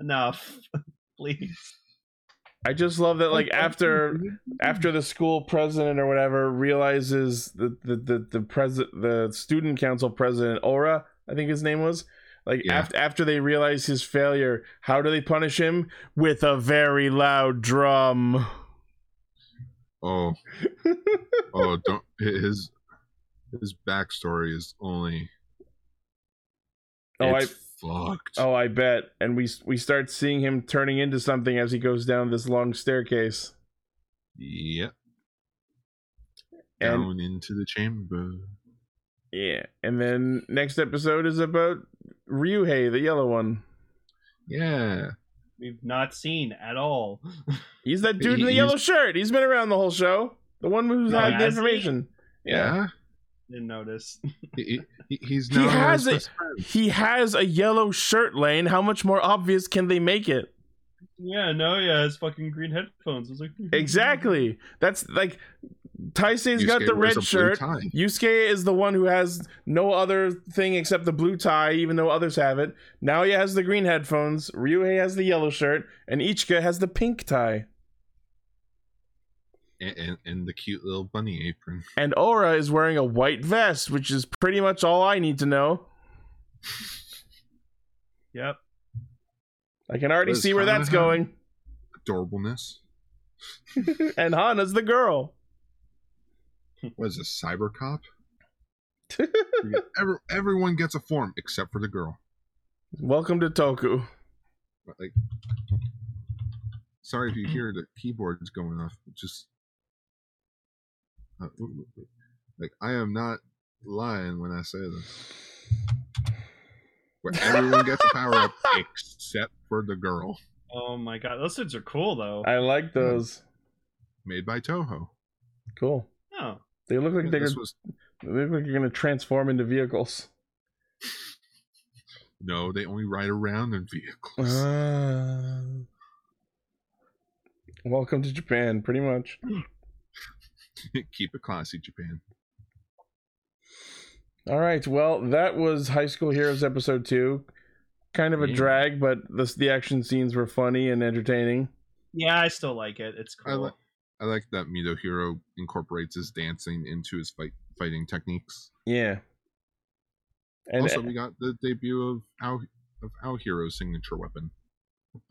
[SPEAKER 3] enough. Please.
[SPEAKER 1] I just love that like after after the school president or whatever realizes that the the the president the student council president Aura I think his name was like
[SPEAKER 2] Yeah.
[SPEAKER 1] after after they realize his failure how do they punish him with a very loud drum
[SPEAKER 2] Oh, oh, don't his his backstory is only.
[SPEAKER 1] Oh, I-
[SPEAKER 2] it's fucked.
[SPEAKER 1] oh I bet and we we start seeing him turning into something as he goes down this long staircase
[SPEAKER 2] Yep.
[SPEAKER 1] and
[SPEAKER 2] Down into the chamber.
[SPEAKER 1] yeah and then next episode is about Ryuhei the yellow one
[SPEAKER 2] Yeah.
[SPEAKER 3] We've not seen at all.
[SPEAKER 1] He's that dude in the
[SPEAKER 2] He-
[SPEAKER 1] yellow shirt. He's been around the whole show. The one who's
[SPEAKER 3] Oh,
[SPEAKER 1] hiding the
[SPEAKER 3] has he?
[SPEAKER 1] information.
[SPEAKER 2] Yeah.
[SPEAKER 3] Didn't notice.
[SPEAKER 2] He, he- he's
[SPEAKER 1] He
[SPEAKER 2] now
[SPEAKER 1] has
[SPEAKER 2] his
[SPEAKER 1] it. He has a yellow shirt, Lane. How much more obvious can they make it?
[SPEAKER 3] Yeah, no, yeah, his fucking green headphones. I was like,
[SPEAKER 1] Exactly. That's like Taisei's got
[SPEAKER 2] Yusuke
[SPEAKER 1] the
[SPEAKER 2] wears
[SPEAKER 1] red
[SPEAKER 2] a blue
[SPEAKER 1] shirt.
[SPEAKER 2] tie.
[SPEAKER 1] Yusuke is the one who has no other thing except the blue tie, even though others have it. Naoya has the green headphones, Ryuhei has the yellow shirt, and Ichika has the pink tie.
[SPEAKER 2] and, and, and the cute little bunny apron.
[SPEAKER 1] And Aura is wearing a white vest, which is pretty much all I need to know.
[SPEAKER 3] Yep.
[SPEAKER 1] I can already
[SPEAKER 2] Liz,
[SPEAKER 1] see where
[SPEAKER 2] Hana
[SPEAKER 1] that's
[SPEAKER 2] had-
[SPEAKER 1] going.
[SPEAKER 2] Adorableness.
[SPEAKER 1] And Hana's the girl.
[SPEAKER 2] What is this, cyber cop? Every, everyone gets a form except for the girl.
[SPEAKER 1] Welcome to Toku.
[SPEAKER 2] But, Like, sorry if you hear the keyboards going off. It's just, Uh, w- w- w- like, I am not lying when I say this. Where everyone gets a power up except for the girl,
[SPEAKER 3] Oh my god, those suits are cool though.
[SPEAKER 1] I like those.
[SPEAKER 2] made by Toho.
[SPEAKER 1] Cool.
[SPEAKER 3] Oh,
[SPEAKER 1] They look like they're
[SPEAKER 2] This was
[SPEAKER 1] they look like you're gonna transform into vehicles.
[SPEAKER 2] no, they only ride around in vehicles. Uh,
[SPEAKER 1] Ah. welcome to Japan, pretty much.
[SPEAKER 2] Keep it classy, Japan.
[SPEAKER 1] All right, well, that was High School Heroes episode two. Kind of a
[SPEAKER 2] Yeah.
[SPEAKER 1] drag, but the the action scenes were funny and entertaining.
[SPEAKER 3] yeah, I still like it. It's
[SPEAKER 2] I
[SPEAKER 3] cool.
[SPEAKER 2] like- I like that Mito Hero incorporates his dancing into his fight fighting techniques.
[SPEAKER 1] Yeah. And uh,
[SPEAKER 2] also, we got the debut of Ao of Ao Hero's signature weapon,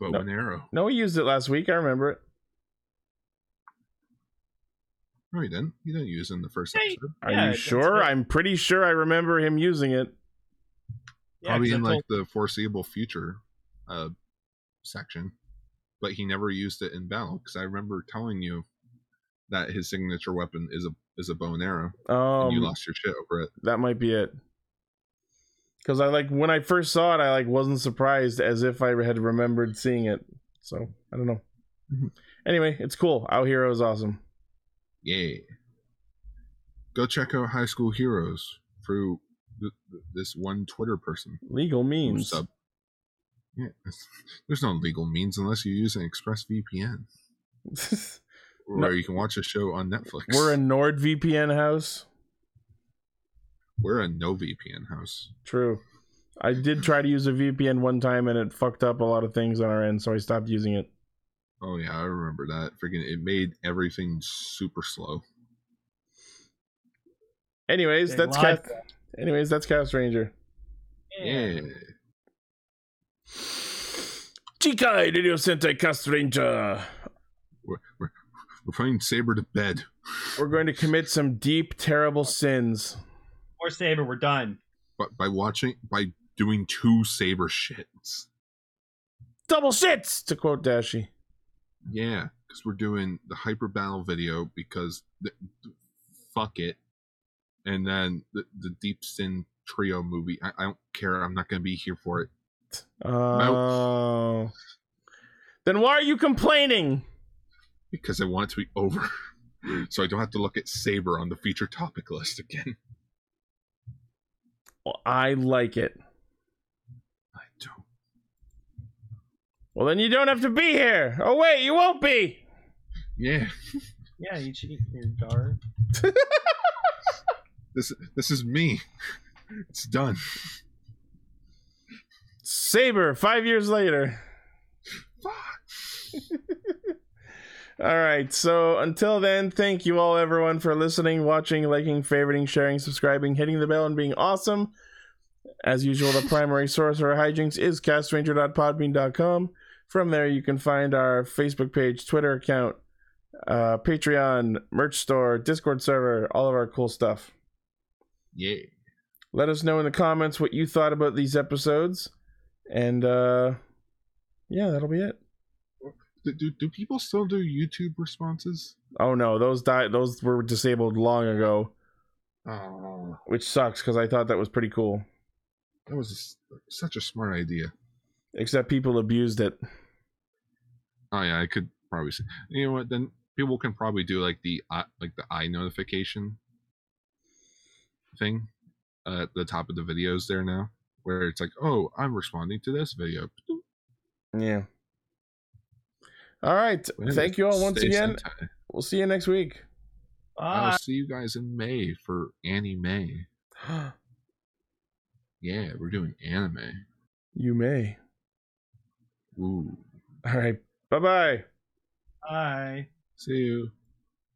[SPEAKER 2] bow
[SPEAKER 1] No.
[SPEAKER 2] and arrow.
[SPEAKER 1] no, we used it last week. I remember it.
[SPEAKER 2] No, he didn't. He didn't use it in the first
[SPEAKER 3] Hey.
[SPEAKER 2] episode.
[SPEAKER 1] Are
[SPEAKER 3] Yeah,
[SPEAKER 1] you
[SPEAKER 3] that's
[SPEAKER 1] sure?
[SPEAKER 3] what-
[SPEAKER 1] I'm pretty sure I remember him using it.
[SPEAKER 3] yeah,
[SPEAKER 2] Probably
[SPEAKER 3] 'cause
[SPEAKER 2] in
[SPEAKER 3] I told-
[SPEAKER 2] like the foreseeable future, uh, section, but he never used it in battle because I remember telling you that his signature weapon is a is a bow and arrow, and you
[SPEAKER 1] Um,
[SPEAKER 2] lost your shit over it.
[SPEAKER 1] that might be it. Because I like when I first saw it, I like wasn't surprised as if I had remembered seeing it. So I don't know.
[SPEAKER 3] Mm-hmm.
[SPEAKER 2] Mhm.
[SPEAKER 1] Anyway, it's cool. Our hero is awesome.
[SPEAKER 2] Yeah. Go check out High School Heroes through th- th- this one Twitter person.
[SPEAKER 1] Legal
[SPEAKER 2] who
[SPEAKER 1] means.
[SPEAKER 2] sub- Yeah, it's- there's no legal means unless you use an ExpressVPN, where you can watch a show on Netflix.
[SPEAKER 1] We're a NordVPN house.
[SPEAKER 2] we're a no VPN house.
[SPEAKER 1] True. I did try to use a VPN one time and it fucked up a lot of things on our end, so I stopped using it.
[SPEAKER 2] Oh yeah, I remember that. Freaking, it made everything super slow.
[SPEAKER 1] Anyways,
[SPEAKER 3] They
[SPEAKER 1] that's
[SPEAKER 3] lied.
[SPEAKER 1] Cat. Anyways, that's Chaos Ranger.
[SPEAKER 2] Yeah,
[SPEAKER 1] Chikai Radio Sentai Chaos Ranger.
[SPEAKER 2] We're, we're we're putting Saber to bed.
[SPEAKER 1] We're going to commit some deep, terrible sins.
[SPEAKER 3] Or Saber, we're done.
[SPEAKER 2] But by watching, by doing two Saber shits.
[SPEAKER 1] Double shits, to quote Dashi.
[SPEAKER 2] Yeah, because we're doing the hyper battle video because th- th- fuck it, and then the the Deep Sin Trio movie. I, I don't care. I'm not gonna be here for it.
[SPEAKER 1] Oh. Uh, Then why are you complaining?
[SPEAKER 2] because I want it to be over. So I don't have to look at Saber on the feature topic list again.
[SPEAKER 1] Well, I like it.
[SPEAKER 2] I don't.
[SPEAKER 1] Well, then you don't have to be here. Oh, wait, you won't be.
[SPEAKER 2] Yeah,
[SPEAKER 3] Yeah, you cheat your guard.
[SPEAKER 2] this this is me. It's done.
[SPEAKER 1] Saber, five years later.
[SPEAKER 2] Fuck.
[SPEAKER 1] All right, so until then, thank you all, everyone, for listening, watching, liking, favoriting, sharing, subscribing, hitting the bell, and being awesome. As usual, the primary source for our hijinks is castranger.podbean.com. From there, you can find our Facebook page, Twitter account, uh, Patreon, merch store, Discord server, all of our cool stuff.
[SPEAKER 2] Yeah.
[SPEAKER 1] Let us know in the comments what you thought about these episodes. And uh, yeah, that'll be it.
[SPEAKER 2] Do, do do people still do YouTube responses?
[SPEAKER 1] Oh no, those died. Those were disabled long ago.
[SPEAKER 2] Oh,
[SPEAKER 1] which sucks because I thought that was pretty cool.
[SPEAKER 2] that was a s- such a smart idea.
[SPEAKER 1] Except people abused it.
[SPEAKER 2] Oh yeah, I could probably see. You know what? uh, Then people can probably do like the I like the eye notification thing uh, at the top of the videos there now, where it's like, oh, I'm responding to this video.
[SPEAKER 1] Yeah. All right. Thank you all once
[SPEAKER 2] Stay
[SPEAKER 1] again.
[SPEAKER 2] Sentai.
[SPEAKER 1] We'll see you next week.
[SPEAKER 2] I
[SPEAKER 3] Bye.
[SPEAKER 2] will see you guys in May for anime. Yeah, we're doing anime.
[SPEAKER 1] you may.
[SPEAKER 2] Ooh.
[SPEAKER 1] All right. Bye bye.
[SPEAKER 3] Bye.
[SPEAKER 2] See you.